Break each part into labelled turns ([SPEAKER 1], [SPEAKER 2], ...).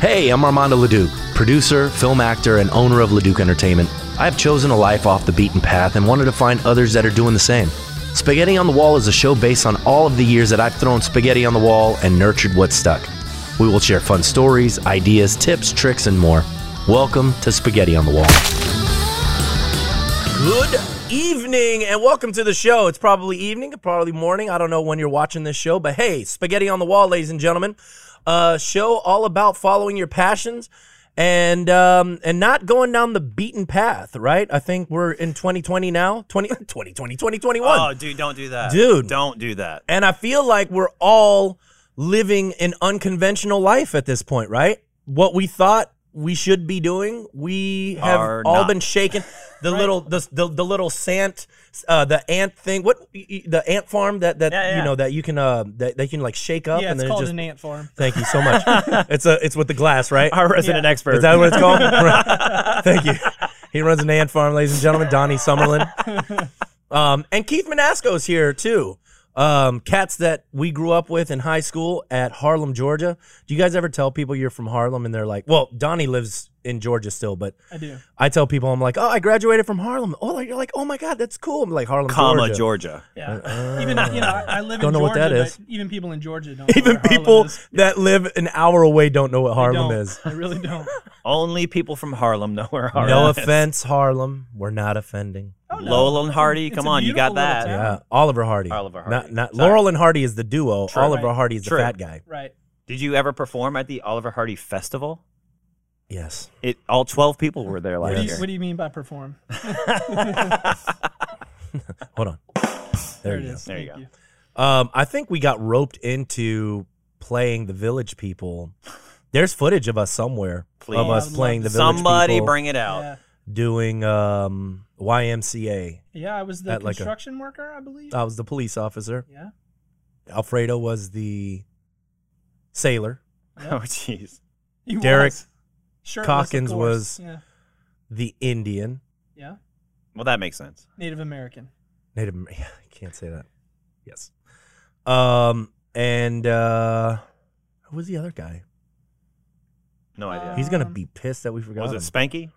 [SPEAKER 1] Hey, I'm Armando LeDuc, producer, film actor, and owner of LeDuc Entertainment. I have chosen a life off the beaten path and wanted to find others that are doing the same. Spaghetti on the Wall is a show based on all of the years that I've thrown spaghetti on the wall and nurtured what stuck. We will share fun stories, ideas, tips, tricks, and more. Welcome to Spaghetti on the Wall.
[SPEAKER 2] Good evening and welcome to the show. It's probably evening, probably morning. I don't know when you're watching this show, but hey, Spaghetti on the Wall, ladies and gentlemen. A show all about following your passions and um, and not going down the beaten path, right? I think we're in 2020 now, 20, 2020, 2021.
[SPEAKER 3] Oh, dude, don't do that.
[SPEAKER 2] Dude.
[SPEAKER 3] Don't do that.
[SPEAKER 2] And I feel like we're all living an unconventional life at this point, right? What we thought we should be doing, we have
[SPEAKER 3] Are
[SPEAKER 2] all
[SPEAKER 3] not.
[SPEAKER 2] been shaken. The little the, the the little sant uh, the ant thing. What y- y- the ant farm that that
[SPEAKER 3] Yeah, yeah.
[SPEAKER 2] you know that you can uh that, that you can like shake up
[SPEAKER 4] Yeah,
[SPEAKER 2] and
[SPEAKER 4] it's
[SPEAKER 2] then it
[SPEAKER 4] called
[SPEAKER 2] just
[SPEAKER 4] an ant farm.
[SPEAKER 2] Thank you so much. it's a it's with the glass, right?
[SPEAKER 3] Our resident
[SPEAKER 4] Yeah.
[SPEAKER 3] expert.
[SPEAKER 2] Is that what it's called? Right. Thank you. He runs an ant farm, ladies and gentlemen. Donnie Summerlin. Um, and Keith Manasco's here too. Um, cats that we grew up with in high school at Harlem, Georgia. Do you guys ever tell people you're from Harlem and they're like, well, Donnie lives in Georgia still, but
[SPEAKER 4] I do.
[SPEAKER 2] I tell people I'm like, oh, I graduated from Harlem. Oh, like, you're like, oh my God, that's cool. I'm like Harlem,
[SPEAKER 3] comma Georgia.
[SPEAKER 2] Georgia.
[SPEAKER 4] Yeah. even you know, I, I live
[SPEAKER 2] Uh, Don't
[SPEAKER 4] in
[SPEAKER 2] know
[SPEAKER 4] Georgia,
[SPEAKER 2] what that
[SPEAKER 4] but
[SPEAKER 2] is.
[SPEAKER 4] even people in Georgia don't. know
[SPEAKER 2] Even
[SPEAKER 4] where Harlem
[SPEAKER 2] people
[SPEAKER 4] is.
[SPEAKER 2] that live an hour away don't know what
[SPEAKER 4] They
[SPEAKER 2] Harlem
[SPEAKER 4] don't.
[SPEAKER 2] is.
[SPEAKER 4] I really don't.
[SPEAKER 3] Only people from Harlem know where Harlem.
[SPEAKER 2] No
[SPEAKER 3] is.
[SPEAKER 2] offense, Harlem. We're not offending.
[SPEAKER 4] no.
[SPEAKER 3] Laurel and Hardy.
[SPEAKER 4] It's
[SPEAKER 3] come
[SPEAKER 4] a
[SPEAKER 3] on, you got
[SPEAKER 4] beautiful little
[SPEAKER 3] that.
[SPEAKER 4] town.
[SPEAKER 2] Yeah, Oliver Hardy.
[SPEAKER 3] Oliver Hardy.
[SPEAKER 2] Not, not
[SPEAKER 3] Sorry.
[SPEAKER 2] Laurel and Hardy is the duo. Oliver
[SPEAKER 4] Right.
[SPEAKER 2] Hardy is
[SPEAKER 3] True.
[SPEAKER 2] the fat guy.
[SPEAKER 4] Right.
[SPEAKER 3] Did you ever perform at the Oliver Hardy Festival?
[SPEAKER 2] Yes.
[SPEAKER 3] It all twelve people were there
[SPEAKER 4] What
[SPEAKER 3] last
[SPEAKER 4] do, you,
[SPEAKER 3] year.
[SPEAKER 4] what do you mean by perform?
[SPEAKER 2] Hold on.
[SPEAKER 4] There it
[SPEAKER 2] you
[SPEAKER 4] is.
[SPEAKER 3] There you
[SPEAKER 4] Thank
[SPEAKER 3] go.
[SPEAKER 2] Um, I think we got roped into playing the Village People. There's footage of us somewhere
[SPEAKER 3] Please.
[SPEAKER 2] of
[SPEAKER 4] I
[SPEAKER 2] us
[SPEAKER 4] would
[SPEAKER 2] playing the
[SPEAKER 4] love
[SPEAKER 2] Village
[SPEAKER 3] Somebody
[SPEAKER 2] People
[SPEAKER 3] bring it out.
[SPEAKER 4] Yeah.
[SPEAKER 2] doing um, YMCA.
[SPEAKER 4] Yeah, I was the
[SPEAKER 2] At like a- Oh.
[SPEAKER 4] construction worker, I believe.
[SPEAKER 2] I was the police officer.
[SPEAKER 4] yeah.
[SPEAKER 2] Alfredo was the sailor.
[SPEAKER 3] Oh, jeez.
[SPEAKER 4] He
[SPEAKER 2] Derek
[SPEAKER 4] was. Shirtless, of
[SPEAKER 2] Calkins
[SPEAKER 4] course.
[SPEAKER 2] was-
[SPEAKER 4] Yeah.
[SPEAKER 2] The Indian
[SPEAKER 4] Yeah.
[SPEAKER 3] Well, that makes sense.
[SPEAKER 4] Native American.
[SPEAKER 2] Native. Amer- I can't say that. Yes. Um. And uh, who was the other guy?
[SPEAKER 3] No idea.
[SPEAKER 2] Uh, He's gonna
[SPEAKER 4] Um,
[SPEAKER 2] be pissed that we forgot.
[SPEAKER 3] was it
[SPEAKER 2] him.
[SPEAKER 3] Spanky?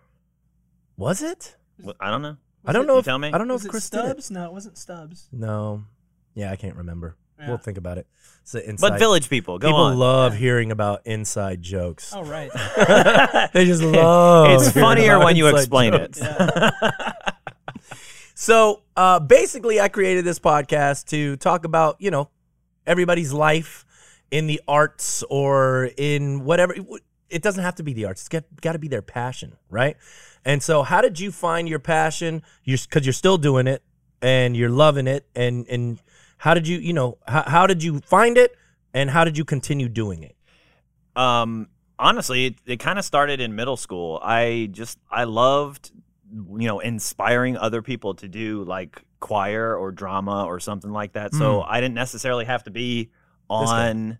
[SPEAKER 2] was it?
[SPEAKER 3] Well, I don't know.
[SPEAKER 2] I don't
[SPEAKER 4] it-
[SPEAKER 2] know
[SPEAKER 3] you
[SPEAKER 2] if
[SPEAKER 3] tell me?
[SPEAKER 2] I don't know
[SPEAKER 4] was
[SPEAKER 2] if
[SPEAKER 4] it
[SPEAKER 2] Chris did it.
[SPEAKER 4] Stubbs? No, it wasn't Stubbs.
[SPEAKER 2] No. Yeah, I can't remember.
[SPEAKER 4] Yeah.
[SPEAKER 2] We'll think about it. It's the inside.
[SPEAKER 3] But village people, go
[SPEAKER 2] people
[SPEAKER 3] on.
[SPEAKER 2] love hearing about inside jokes.
[SPEAKER 4] Oh right.
[SPEAKER 2] They just love.
[SPEAKER 3] it's
[SPEAKER 2] hearing
[SPEAKER 3] funnier
[SPEAKER 2] about
[SPEAKER 3] when you
[SPEAKER 2] inside
[SPEAKER 3] explain
[SPEAKER 2] jokes.
[SPEAKER 3] it.
[SPEAKER 4] Yeah.
[SPEAKER 2] So uh, basically, I created this podcast to talk about, you know, everybody's life in the arts or in whatever. It doesn't have to be the arts. It's got, got to be their passion, right? And so, how did you find your passion? You're because you're still doing it and you're loving it. And and how did you, you know, how, how did you find it? And how did you continue doing it?
[SPEAKER 3] um honestly it, it kind of started in middle school i just i loved you know inspiring other people to do like choir or drama or something like that so i didn't necessarily have to be
[SPEAKER 2] Hmm. guy.
[SPEAKER 3] on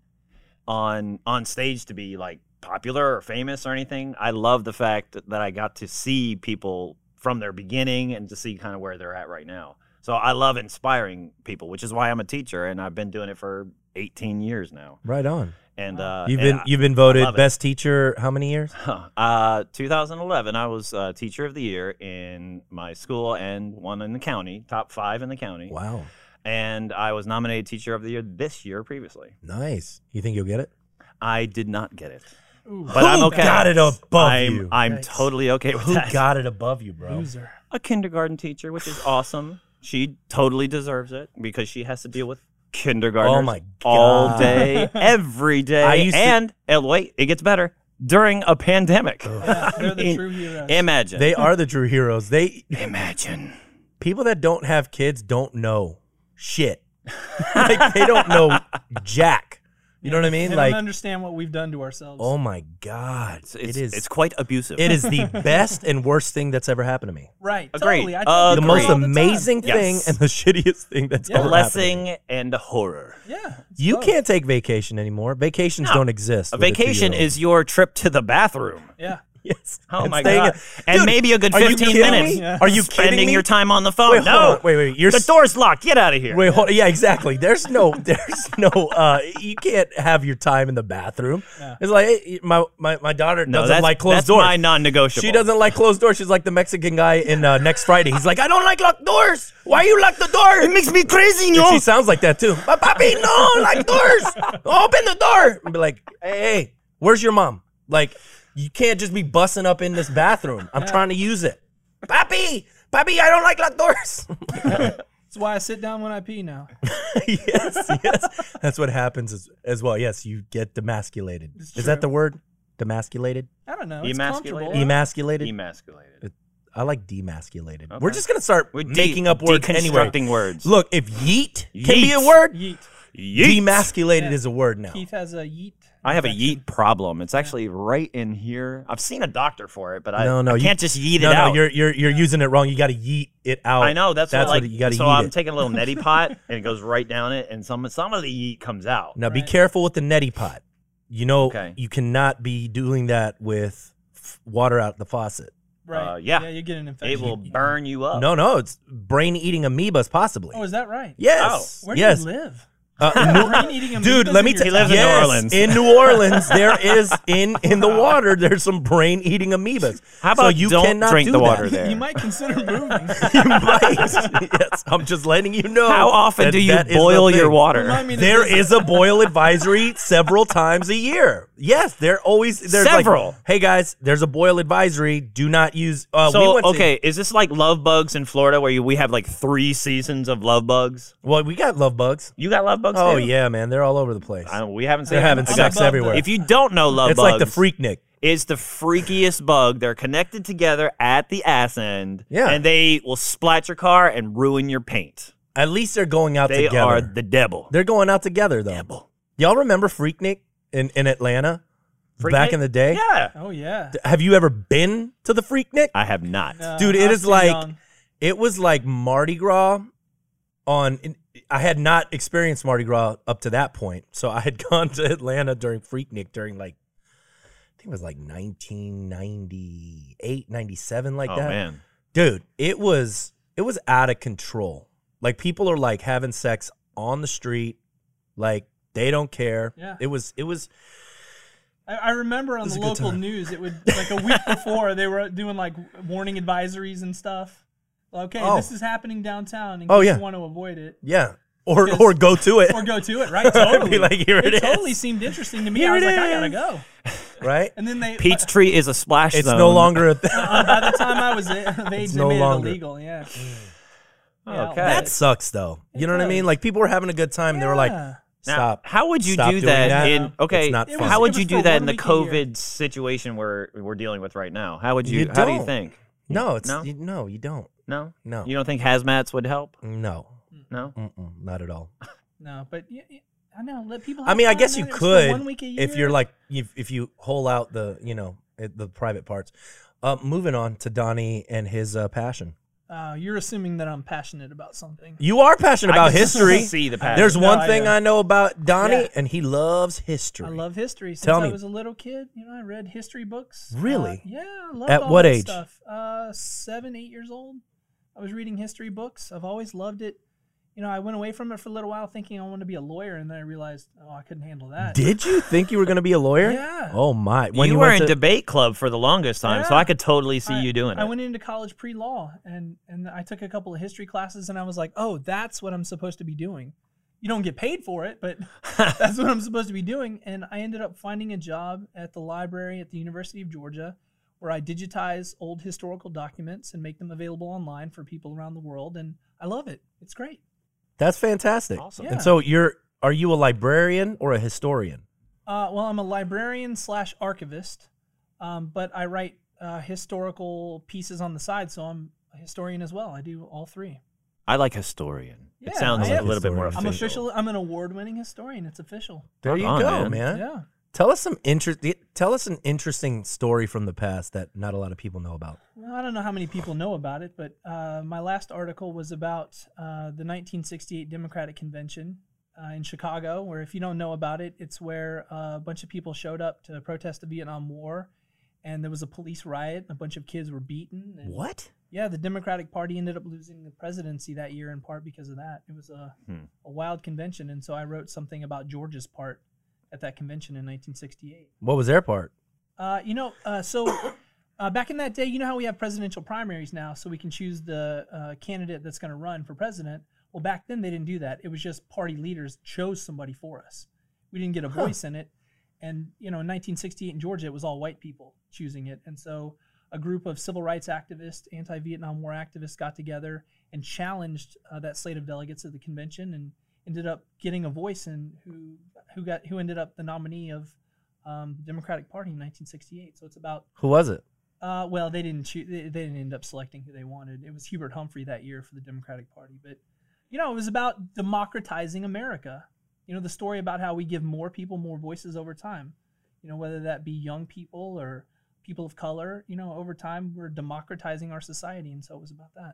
[SPEAKER 3] on on stage to be like popular or famous or anything i love the fact that i got to see people from their beginning and to see kind of where they're at right now so i love inspiring people which is why i'm a teacher and i've been doing it for 18 years now
[SPEAKER 2] Right on.
[SPEAKER 3] and uh
[SPEAKER 2] You've
[SPEAKER 3] and
[SPEAKER 2] been
[SPEAKER 3] I-
[SPEAKER 2] you've been voted
[SPEAKER 3] love it.
[SPEAKER 2] best teacher. How many years?
[SPEAKER 3] Huh. Uh, 2011, I was uh, teacher of the year in my school and one in the county, top five in the county.
[SPEAKER 2] Wow,
[SPEAKER 3] And I was nominated teacher of the year this year previously.
[SPEAKER 2] nice. You think you'll get it?
[SPEAKER 3] I did not get it,
[SPEAKER 4] Ooh, um,
[SPEAKER 3] but I'm
[SPEAKER 2] Who
[SPEAKER 3] okay.
[SPEAKER 2] got it above
[SPEAKER 3] I'm,
[SPEAKER 2] you?
[SPEAKER 3] I'm
[SPEAKER 4] Yikes.
[SPEAKER 3] totally okay with
[SPEAKER 2] Who
[SPEAKER 3] that.
[SPEAKER 2] got it above you, bro?
[SPEAKER 4] loser.
[SPEAKER 3] a kindergarten teacher, which is awesome. She totally deserves it because she has to deal with kindergartners
[SPEAKER 2] Oh my
[SPEAKER 3] all
[SPEAKER 2] God.
[SPEAKER 3] day, every day.
[SPEAKER 2] I used to-
[SPEAKER 3] and, and wait, it gets better during a pandemic.
[SPEAKER 4] Yeah, they're the
[SPEAKER 3] mean,
[SPEAKER 4] true heroes.
[SPEAKER 3] Imagine.
[SPEAKER 2] They are the true heroes. They
[SPEAKER 3] Imagine.
[SPEAKER 2] people that don't have kids don't know shit. like they don't know jack. You know what I mean?
[SPEAKER 4] They don't
[SPEAKER 2] Like
[SPEAKER 4] understand what we've done to ourselves.
[SPEAKER 2] oh my god, it's,
[SPEAKER 3] It's,
[SPEAKER 2] it is
[SPEAKER 3] It's quite abusive.
[SPEAKER 2] it is the best and worst thing that's ever happened to me.
[SPEAKER 4] right.
[SPEAKER 3] Agreed.
[SPEAKER 4] Totally. I
[SPEAKER 3] Uh,
[SPEAKER 4] tell
[SPEAKER 2] The
[SPEAKER 4] people
[SPEAKER 2] most
[SPEAKER 4] all time.
[SPEAKER 2] amazing
[SPEAKER 3] Yes.
[SPEAKER 2] thing and the shittiest thing that's
[SPEAKER 4] Yeah.
[SPEAKER 2] ever happened. to me.
[SPEAKER 3] blessing and horror.
[SPEAKER 4] Yeah. it's
[SPEAKER 2] You
[SPEAKER 4] both.
[SPEAKER 2] can't take vacation anymore. Vacations don't exist.
[SPEAKER 3] A
[SPEAKER 2] with
[SPEAKER 3] vacation
[SPEAKER 2] two-year-old.
[SPEAKER 3] is your trip to the bathroom.
[SPEAKER 4] Yeah.
[SPEAKER 2] yes.
[SPEAKER 3] Oh
[SPEAKER 2] And
[SPEAKER 3] my
[SPEAKER 2] staying
[SPEAKER 3] god!
[SPEAKER 2] in-
[SPEAKER 3] and
[SPEAKER 2] Dude,
[SPEAKER 3] maybe a good
[SPEAKER 2] are you
[SPEAKER 3] fifteen
[SPEAKER 2] kidding
[SPEAKER 3] minutes.
[SPEAKER 2] me?
[SPEAKER 4] Yeah.
[SPEAKER 2] Are you
[SPEAKER 3] spending
[SPEAKER 2] kidding me?
[SPEAKER 3] your time on the phone?
[SPEAKER 2] Wait, hold
[SPEAKER 3] no,
[SPEAKER 2] on. Wait, wait. You're
[SPEAKER 3] the
[SPEAKER 2] s-
[SPEAKER 3] door's locked. Get out of here.
[SPEAKER 2] Wait, hold on. Yeah, exactly. There's no, there's no, uh, you can't have your time in the bathroom.
[SPEAKER 4] Yeah.
[SPEAKER 2] It's like hey, my, my, my daughter
[SPEAKER 3] no,
[SPEAKER 2] doesn't
[SPEAKER 3] that's
[SPEAKER 2] like closed
[SPEAKER 3] that's
[SPEAKER 2] doors.
[SPEAKER 3] my non-negotiable.
[SPEAKER 2] She doesn't like closed doors. She's like the Mexican guy in uh, Next Friday. He's like, I don't like locked doors. Why you lock the door?
[SPEAKER 3] It makes me crazy,
[SPEAKER 2] And
[SPEAKER 3] no.
[SPEAKER 2] she sounds like that too. "Pa- Papi, no, like doors. Open the door. And be like, hey, hey, where's your mom? Like, you can't just be busting up in this bathroom. I'm trying to use it. Papi, papi, I don't like locked doors.
[SPEAKER 4] That's why I sit down when I pee now.
[SPEAKER 2] yes, yes. That's what happens as, as well. Yes, you get demasculated.
[SPEAKER 4] It's
[SPEAKER 2] Is that
[SPEAKER 4] true.
[SPEAKER 2] the word? Demasculated?
[SPEAKER 4] I don't know. It's
[SPEAKER 3] Emasculated?
[SPEAKER 4] comfortable.
[SPEAKER 3] Yeah.
[SPEAKER 2] Emasculated?
[SPEAKER 3] Emasculated.
[SPEAKER 2] I like demasculated. We're
[SPEAKER 3] Okay.
[SPEAKER 2] just going to start
[SPEAKER 3] We're de-
[SPEAKER 2] making up words anyway.
[SPEAKER 3] deconstructing words.
[SPEAKER 2] Look, if yeet, can be a
[SPEAKER 3] Yeet.
[SPEAKER 2] word,
[SPEAKER 4] Yeet.
[SPEAKER 3] Yeet.
[SPEAKER 2] demasculated
[SPEAKER 4] Yeah.
[SPEAKER 2] is a word now.
[SPEAKER 4] Keith has a yeet.
[SPEAKER 3] I uh, have a yeet problem. It's actually right in here. I've seen a doctor for it, but I,
[SPEAKER 2] No, no,
[SPEAKER 3] I
[SPEAKER 2] you-
[SPEAKER 3] can't just yeet
[SPEAKER 2] no,
[SPEAKER 3] it
[SPEAKER 2] no,
[SPEAKER 3] out.
[SPEAKER 2] you're you're you're using it wrong. You got to yeet it out.
[SPEAKER 3] I know that's,
[SPEAKER 2] that's
[SPEAKER 3] what, like,
[SPEAKER 2] what you got to
[SPEAKER 3] So
[SPEAKER 2] yeet
[SPEAKER 3] I'm
[SPEAKER 2] it.
[SPEAKER 3] taking a little neti pot and it goes right down it, and some some of the yeet comes out.
[SPEAKER 2] now be
[SPEAKER 4] Right.
[SPEAKER 2] careful with the neti pot. You know
[SPEAKER 3] Okay.
[SPEAKER 2] you cannot be doing that with f- water out the faucet.
[SPEAKER 4] Right.
[SPEAKER 3] Uh, yeah.
[SPEAKER 4] Yeah, you get an
[SPEAKER 3] It
[SPEAKER 4] infection.
[SPEAKER 3] will burn you up.
[SPEAKER 2] No, no, it's brain eating amoebas possibly.
[SPEAKER 4] Oh, is that right?
[SPEAKER 2] yes.
[SPEAKER 3] Oh,
[SPEAKER 4] Where do
[SPEAKER 2] yes.
[SPEAKER 4] you live?
[SPEAKER 2] Uh, New-
[SPEAKER 4] eating
[SPEAKER 2] Dude, let me
[SPEAKER 4] tell
[SPEAKER 2] tell
[SPEAKER 3] He lives in New
[SPEAKER 2] yes,
[SPEAKER 3] Orleans.
[SPEAKER 2] In New Orleans, there is in in the water. There's some brain-eating amoebas.
[SPEAKER 3] How about
[SPEAKER 2] so you
[SPEAKER 3] don't
[SPEAKER 2] cannot
[SPEAKER 3] drink
[SPEAKER 2] do
[SPEAKER 3] the
[SPEAKER 2] that.
[SPEAKER 3] water there?
[SPEAKER 4] You might consider moving.
[SPEAKER 2] You might. yes, I'm just letting you know.
[SPEAKER 3] How often
[SPEAKER 2] that
[SPEAKER 3] do you
[SPEAKER 2] that is the
[SPEAKER 3] boil your
[SPEAKER 2] thing.
[SPEAKER 3] water?
[SPEAKER 4] Remind me that
[SPEAKER 2] There
[SPEAKER 4] this-
[SPEAKER 2] is a boil advisory several times a year. Yes, there always there's
[SPEAKER 3] Several.
[SPEAKER 2] Like, hey guys, there's a boil advisory. Do not use. Uh, we
[SPEAKER 3] So
[SPEAKER 2] went to-
[SPEAKER 3] okay, is this like love bugs in Florida where you, we have like three seasons of love bugs?
[SPEAKER 2] well, we got love bugs.
[SPEAKER 3] You got love bugs?
[SPEAKER 2] Oh
[SPEAKER 3] too?
[SPEAKER 2] yeah, man, they're all over the place.
[SPEAKER 3] I don't, we haven't seen.
[SPEAKER 2] They're having
[SPEAKER 3] I got-
[SPEAKER 2] sex
[SPEAKER 4] above
[SPEAKER 2] everywhere.
[SPEAKER 4] the-
[SPEAKER 3] If you don't know love
[SPEAKER 2] it's
[SPEAKER 3] bugs,
[SPEAKER 2] like the freak Nick.
[SPEAKER 3] It's the freakiest bug. They're connected together at the ass end.
[SPEAKER 2] Yeah.
[SPEAKER 3] And they will splat your car and ruin your paint.
[SPEAKER 2] At least they're going out
[SPEAKER 3] They
[SPEAKER 2] together.
[SPEAKER 3] are the devil.
[SPEAKER 2] They're going out together though. Y'all remember Freaknik in, in Atlanta
[SPEAKER 3] Freaknik?
[SPEAKER 2] back in the day?
[SPEAKER 3] Yeah.
[SPEAKER 4] Oh yeah.
[SPEAKER 2] Have you ever been to the Freaknik?
[SPEAKER 3] I have not.
[SPEAKER 4] No,
[SPEAKER 2] Dude,
[SPEAKER 4] I
[SPEAKER 2] it
[SPEAKER 4] was
[SPEAKER 2] is
[SPEAKER 4] too
[SPEAKER 2] like-
[SPEAKER 4] Uh, young.
[SPEAKER 2] It was like Mardi Gras on in- I had not experienced Mardi Gras up to that point. So I had gone to Atlanta during Freaknik during like I think it was like 1998, 97 like
[SPEAKER 3] oh,
[SPEAKER 2] that.
[SPEAKER 3] man.
[SPEAKER 2] Dude, it was it was out of control. Like people are like having sex on the street like they don't care.
[SPEAKER 4] Yeah.
[SPEAKER 2] It was it was
[SPEAKER 4] I, I remember on
[SPEAKER 2] This
[SPEAKER 4] the
[SPEAKER 2] is a good
[SPEAKER 4] local
[SPEAKER 2] time.
[SPEAKER 4] news, it would like a week before they were doing like warning advisories and stuff. Okay,
[SPEAKER 2] Oh.
[SPEAKER 4] this is happening downtown. In
[SPEAKER 2] Oh,
[SPEAKER 4] case
[SPEAKER 2] yeah.
[SPEAKER 4] you want to avoid it
[SPEAKER 2] Yeah. Or
[SPEAKER 4] Because-
[SPEAKER 2] or go to it.
[SPEAKER 4] or go to it, right?
[SPEAKER 2] I'd be
[SPEAKER 4] Totally.
[SPEAKER 2] like, here it is.
[SPEAKER 4] totally seemed interesting to me.
[SPEAKER 2] Here
[SPEAKER 4] I was
[SPEAKER 2] it
[SPEAKER 4] like, I gotta
[SPEAKER 2] is.
[SPEAKER 4] go.
[SPEAKER 2] right?
[SPEAKER 4] And then they uh,
[SPEAKER 3] Peachtree is a splash
[SPEAKER 2] It's
[SPEAKER 3] zone.
[SPEAKER 2] no longer a thing.
[SPEAKER 4] by the time I was there, they
[SPEAKER 2] no
[SPEAKER 4] made
[SPEAKER 2] longer.
[SPEAKER 4] it illegal. Yeah. Yeah,
[SPEAKER 3] Okay.
[SPEAKER 2] That
[SPEAKER 4] That's-
[SPEAKER 2] sucks though. You know what I mean?
[SPEAKER 4] does.
[SPEAKER 2] Like people were having a good time. They were like,
[SPEAKER 4] Yeah.
[SPEAKER 3] Now,
[SPEAKER 2] stop.
[SPEAKER 3] How would you
[SPEAKER 2] Stop
[SPEAKER 3] do
[SPEAKER 2] doing
[SPEAKER 3] that,
[SPEAKER 2] that.
[SPEAKER 3] in okay?
[SPEAKER 2] It's not It fun. was-
[SPEAKER 3] how
[SPEAKER 4] it
[SPEAKER 3] would
[SPEAKER 4] was
[SPEAKER 3] you do
[SPEAKER 4] for
[SPEAKER 3] that
[SPEAKER 4] one
[SPEAKER 3] in the
[SPEAKER 4] week a year.
[SPEAKER 3] COVID situation we're we're dealing with right now? How would you,
[SPEAKER 2] You
[SPEAKER 3] how do you
[SPEAKER 2] don't.
[SPEAKER 3] think?
[SPEAKER 2] No, it's
[SPEAKER 3] No?
[SPEAKER 2] You, no, you don't.
[SPEAKER 3] No?
[SPEAKER 2] No.
[SPEAKER 3] You don't think hazmats would help?
[SPEAKER 2] No.
[SPEAKER 3] No?
[SPEAKER 2] Mm-mm, not at all.
[SPEAKER 4] No, but y- y- I know. Let people.
[SPEAKER 2] I
[SPEAKER 4] have
[SPEAKER 2] mean, I
[SPEAKER 4] fun,
[SPEAKER 2] guess you
[SPEAKER 4] man. It's for
[SPEAKER 2] could
[SPEAKER 4] one week a year.
[SPEAKER 2] if you're like if if you hole out the, you know, it, the private parts. Uh, moving on to Donnie and his uh, passion.
[SPEAKER 4] Uh, you're assuming that I'm passionate about something.
[SPEAKER 2] You are passionate
[SPEAKER 3] I
[SPEAKER 2] about
[SPEAKER 3] can
[SPEAKER 2] history.
[SPEAKER 3] See the pattern.
[SPEAKER 2] There's
[SPEAKER 4] No,
[SPEAKER 2] one
[SPEAKER 4] I
[SPEAKER 2] thing
[SPEAKER 4] am.
[SPEAKER 2] I know about Donnie,
[SPEAKER 4] Yeah.
[SPEAKER 2] and he loves history.
[SPEAKER 4] I love history. Since
[SPEAKER 2] Tell me.
[SPEAKER 4] I was a little kid, you know, I read history books. Uh,
[SPEAKER 2] Really?
[SPEAKER 4] yeah. I loved
[SPEAKER 2] At
[SPEAKER 4] all
[SPEAKER 2] what
[SPEAKER 4] that
[SPEAKER 2] age?
[SPEAKER 4] Stuff. Uh, seven, eight years old. I was reading history books. I've always loved it. You know, I went away from it for a little while thinking I wanted to be a lawyer, and then I realized, oh, I couldn't handle that.
[SPEAKER 2] Did you think you were going to be a lawyer?
[SPEAKER 4] Yeah.
[SPEAKER 2] Oh my! When
[SPEAKER 3] you,
[SPEAKER 2] you,
[SPEAKER 3] were
[SPEAKER 2] went
[SPEAKER 3] in
[SPEAKER 2] to,
[SPEAKER 3] debate club for the longest time, so
[SPEAKER 4] Yeah.
[SPEAKER 3] I could totally see
[SPEAKER 4] I-
[SPEAKER 3] you doing it.
[SPEAKER 4] I went into college pre-law and and I took a couple of history classes and I was like, "Oh, that's what I'm supposed to be doing." You don't get paid for it, but that's what I'm supposed to be doing and I ended up finding a job at the library at the University of Georgia where I digitize old historical documents and make them available online for people around the world and I love it. It's great.
[SPEAKER 2] That's fantastic.
[SPEAKER 3] Awesome.
[SPEAKER 4] Yeah.
[SPEAKER 2] And so you're are you a librarian or a historian?
[SPEAKER 4] Uh, well, I'm a librarian slash archivist, um, but I write uh, historical pieces on the side, so I'm a historian as well. I do all three.
[SPEAKER 3] I like historian. it
[SPEAKER 4] Yeah,
[SPEAKER 3] sounds
[SPEAKER 4] I
[SPEAKER 3] a
[SPEAKER 4] am.
[SPEAKER 3] little bit more
[SPEAKER 2] Historian.
[SPEAKER 4] I'm
[SPEAKER 3] official.
[SPEAKER 4] official. I'm an award-winning historian. It's official.
[SPEAKER 2] There
[SPEAKER 3] Rock
[SPEAKER 2] you
[SPEAKER 3] on,
[SPEAKER 2] go, man.
[SPEAKER 3] man.
[SPEAKER 4] Yeah.
[SPEAKER 2] Tell us some interest. Tell us an interesting story from the past that not a lot of people know about.
[SPEAKER 4] Well, I don't know how many people know about it, but uh, my last article was about uh, the 1968 Democratic Convention uh, in Chicago, where if you don't know about it, it's where uh, a bunch of people showed up to protest the Vietnam War, and there was a police riot. A bunch of kids were beaten. And
[SPEAKER 2] What?
[SPEAKER 4] Yeah, the Democratic Party ended up losing the presidency that year in part because of that. It was a,
[SPEAKER 3] Hmm.
[SPEAKER 4] a wild convention, and so I wrote something about Georgia's part at that convention in 1968.
[SPEAKER 2] What was their part?
[SPEAKER 4] Uh, you know, uh, so uh, back in that day, you know how we have presidential primaries now, so we can choose the uh, candidate that's going to run for president. Well, back then they didn't do that. It was just party leaders chose somebody for us. We didn't get a voice in it. And you know, in 1968 in Georgia, it was all white people choosing it. And so a group of civil rights activists, anti-Vietnam War activists, got together and challenged uh, that slate of delegates at the convention, and ended up getting a voice in who who got who ended up the nominee of um, Democratic Party in 1968. So it's about
[SPEAKER 2] Who was it?
[SPEAKER 4] uh, well, they didn't choose. They, they didn't end up selecting who they wanted. It was Hubert Humphrey that year for the Democratic Party. But you know, it was about democratizing America. You know, the story about how we give more people more voices over time. You know, whether that be young people or people of color. You know, over time we're democratizing our society, and so it was about that.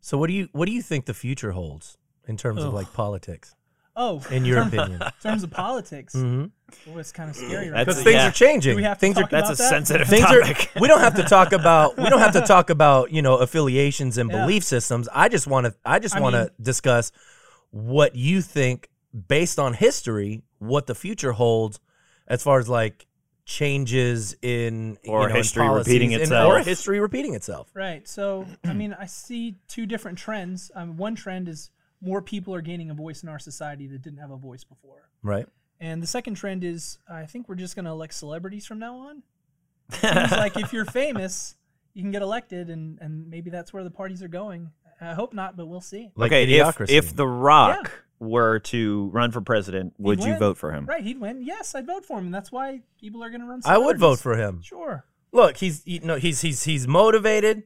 [SPEAKER 2] So what do you what do you think the future holds in terms of
[SPEAKER 4] Ugh.
[SPEAKER 2] like politics?
[SPEAKER 4] Oh,
[SPEAKER 2] In your
[SPEAKER 4] term-
[SPEAKER 2] opinion.
[SPEAKER 4] in terms of politics,
[SPEAKER 2] Mm-hmm.
[SPEAKER 4] well, it's kind of scary, right?
[SPEAKER 2] Because
[SPEAKER 3] That's-
[SPEAKER 2] things
[SPEAKER 3] yeah.
[SPEAKER 2] are changing.
[SPEAKER 4] Do we have to
[SPEAKER 2] things
[SPEAKER 4] talk
[SPEAKER 2] are
[SPEAKER 3] That's
[SPEAKER 4] about
[SPEAKER 3] a
[SPEAKER 4] that?
[SPEAKER 3] sensitive
[SPEAKER 2] things
[SPEAKER 3] topic.
[SPEAKER 2] are we don't have to talk about we don't have to talk about you know affiliations and
[SPEAKER 4] Yeah.
[SPEAKER 2] belief systems i just want to i just
[SPEAKER 4] I
[SPEAKER 2] want
[SPEAKER 4] mean-
[SPEAKER 2] to discuss what you think based on history what the future holds as far as like changes in you
[SPEAKER 3] Or
[SPEAKER 2] know, in
[SPEAKER 3] history repeating
[SPEAKER 2] policies and- or
[SPEAKER 3] itself.
[SPEAKER 2] history repeating itself
[SPEAKER 4] Right. So, I mean, I see two different trends. Um, one trend is more people are gaining a voice in our society that didn't have a voice before.
[SPEAKER 2] right
[SPEAKER 4] And the second trend is I think we're just going to elect celebrities from now on. Seems like if you're famous, you can get elected, and, and maybe that's where the parties are going. I hope not, but we'll see.
[SPEAKER 2] like
[SPEAKER 3] okay, if,
[SPEAKER 2] idiocracy
[SPEAKER 3] if The Rock were to run for president, would you
[SPEAKER 4] win.
[SPEAKER 3] vote for him?
[SPEAKER 4] Right. He'd win. Yes, I'd vote for him. And that's why people are going to run.
[SPEAKER 2] i would vote
[SPEAKER 4] celebrities.
[SPEAKER 2] for him
[SPEAKER 4] Sure.
[SPEAKER 2] look he's you know he's he's he's motivated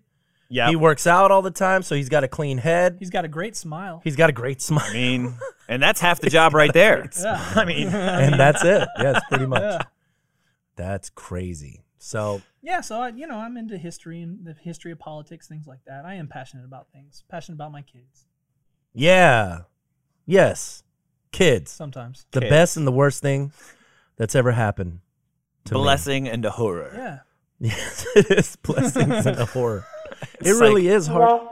[SPEAKER 3] Yeah.
[SPEAKER 2] he works out all the time so he's got a clean head
[SPEAKER 4] He's got a great smile.
[SPEAKER 2] he's got a great smile
[SPEAKER 3] I mean, and that's half the job right there.
[SPEAKER 4] Yeah.
[SPEAKER 3] I mean,
[SPEAKER 2] and that's it yeah it's pretty much
[SPEAKER 4] Yeah.
[SPEAKER 2] That's crazy. So
[SPEAKER 4] Yeah, so I, you know, I'm into history and the history of politics, things like that. I am passionate about things, passionate about my kids
[SPEAKER 2] yeah, yes, kids,
[SPEAKER 4] sometimes.
[SPEAKER 2] the
[SPEAKER 3] Kids.
[SPEAKER 2] best and the worst thing that's ever happened. To me.
[SPEAKER 3] blessing and a horror.
[SPEAKER 4] Yeah,
[SPEAKER 2] Yes, it is blessings and a horror. It
[SPEAKER 3] It's
[SPEAKER 2] really is hard.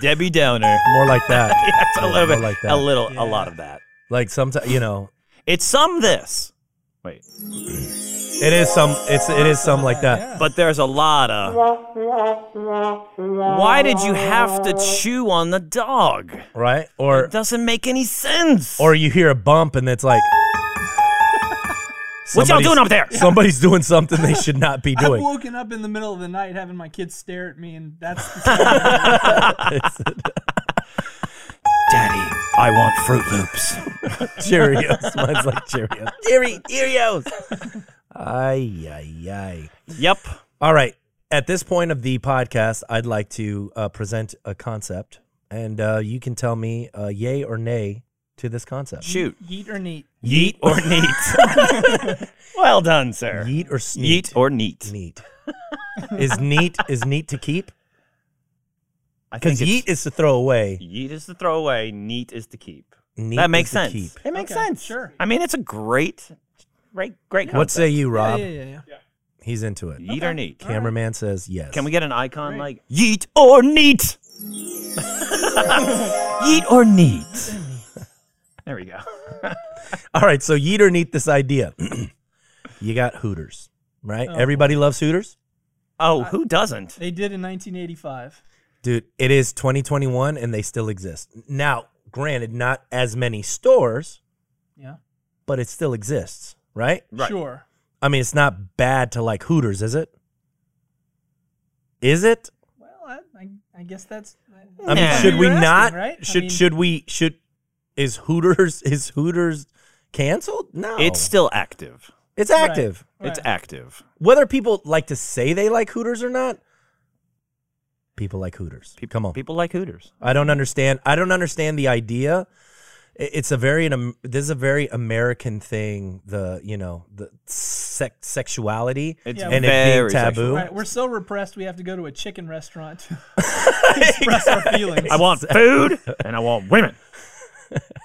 [SPEAKER 3] Debbie Downer.
[SPEAKER 2] More like that.
[SPEAKER 3] Yeah, it's a
[SPEAKER 2] More
[SPEAKER 3] little bit,
[SPEAKER 2] like that.
[SPEAKER 3] a little,
[SPEAKER 4] Yeah.
[SPEAKER 3] a lot of that.
[SPEAKER 2] Like sometimes you know,
[SPEAKER 3] It's some this. Wait,
[SPEAKER 2] it is some. It's it is some
[SPEAKER 4] Uh,
[SPEAKER 2] like that.
[SPEAKER 3] but there's a lot of. Why did you have to chew on the dog?
[SPEAKER 2] right? Or
[SPEAKER 3] It doesn't make any sense.
[SPEAKER 2] or you hear a bump and it's like.
[SPEAKER 3] What y'all
[SPEAKER 2] somebody's-
[SPEAKER 3] doing up there?
[SPEAKER 2] Somebody's doing something they should not be
[SPEAKER 4] I've
[SPEAKER 2] doing.
[SPEAKER 4] woken up in the middle of the night having my kids stare at me, and that's the sound.
[SPEAKER 3] Daddy, I want Fruit Loops.
[SPEAKER 2] Cheerios. Mine's like Cheerios. Cheery, Cheerios. Ay, ay, ay.
[SPEAKER 3] yep.
[SPEAKER 2] All right. At this point of the podcast, I'd like to uh, present a concept, and uh, you can tell me uh, yay or nay to this concept.
[SPEAKER 3] Shoot.
[SPEAKER 4] yeet or neat.
[SPEAKER 3] Yeet or neat. well done, sir.
[SPEAKER 2] Yeet or sneet?
[SPEAKER 3] Yeet or neat.
[SPEAKER 2] neat. is neat is neat to keep?
[SPEAKER 3] I think
[SPEAKER 2] Because
[SPEAKER 3] it's-
[SPEAKER 2] yeet is to throw away.
[SPEAKER 3] yeet is to throw away. Neat is to keep.
[SPEAKER 2] Neat
[SPEAKER 3] that makes
[SPEAKER 2] is to
[SPEAKER 3] sense.
[SPEAKER 2] keep.
[SPEAKER 3] It makes
[SPEAKER 4] Okay,
[SPEAKER 3] sense.
[SPEAKER 4] sure.
[SPEAKER 3] I mean, it's a great, great, great.
[SPEAKER 2] What say
[SPEAKER 3] concept.
[SPEAKER 2] you,
[SPEAKER 4] Yeah,
[SPEAKER 2] Rob?
[SPEAKER 4] yeah, yeah, yeah.
[SPEAKER 2] He's into it.
[SPEAKER 3] Yeet or neat?
[SPEAKER 4] All right.
[SPEAKER 2] Cameraman says yes.
[SPEAKER 3] Can we get an icon
[SPEAKER 4] Great.
[SPEAKER 3] like yeet or neat? yeet or neat? there we go.
[SPEAKER 2] All right, so yeet or neat this idea. you got Hooters, right? Everybody loves Hooters.
[SPEAKER 3] Oh, who doesn't?
[SPEAKER 4] They did in 1985.
[SPEAKER 2] Dude, it is 2021 and they still exist. Now, granted, not as many stores,
[SPEAKER 4] Yeah,
[SPEAKER 2] but it still exists, right?
[SPEAKER 3] Right.
[SPEAKER 4] sure.
[SPEAKER 2] I mean, it's not bad to like Hooters, is it? Is it?
[SPEAKER 4] Well, I, I, I guess that's.
[SPEAKER 2] I mean,
[SPEAKER 3] Nah.
[SPEAKER 2] should we
[SPEAKER 4] You're asking,
[SPEAKER 2] not?
[SPEAKER 4] right? I
[SPEAKER 2] Should
[SPEAKER 4] mean-
[SPEAKER 2] should we should is Hooters is Hooters canceled? No.
[SPEAKER 3] It's still active.
[SPEAKER 2] it's active.
[SPEAKER 4] Right.
[SPEAKER 3] It's active.
[SPEAKER 2] Whether people like to say they like Hooters or not, people like Hooters.
[SPEAKER 3] People,
[SPEAKER 2] Come on.
[SPEAKER 3] People like Hooters.
[SPEAKER 2] I don't understand. I don't understand the idea. I- It's a very an Am- this is a very American thing. The you know the sex, sexuality
[SPEAKER 3] It's
[SPEAKER 4] Yeah,
[SPEAKER 2] and it being
[SPEAKER 3] very sexual.
[SPEAKER 2] taboo.
[SPEAKER 4] Right, we're so repressed we have to go to a chicken restaurant to express our feelings.
[SPEAKER 3] I want food and I want women.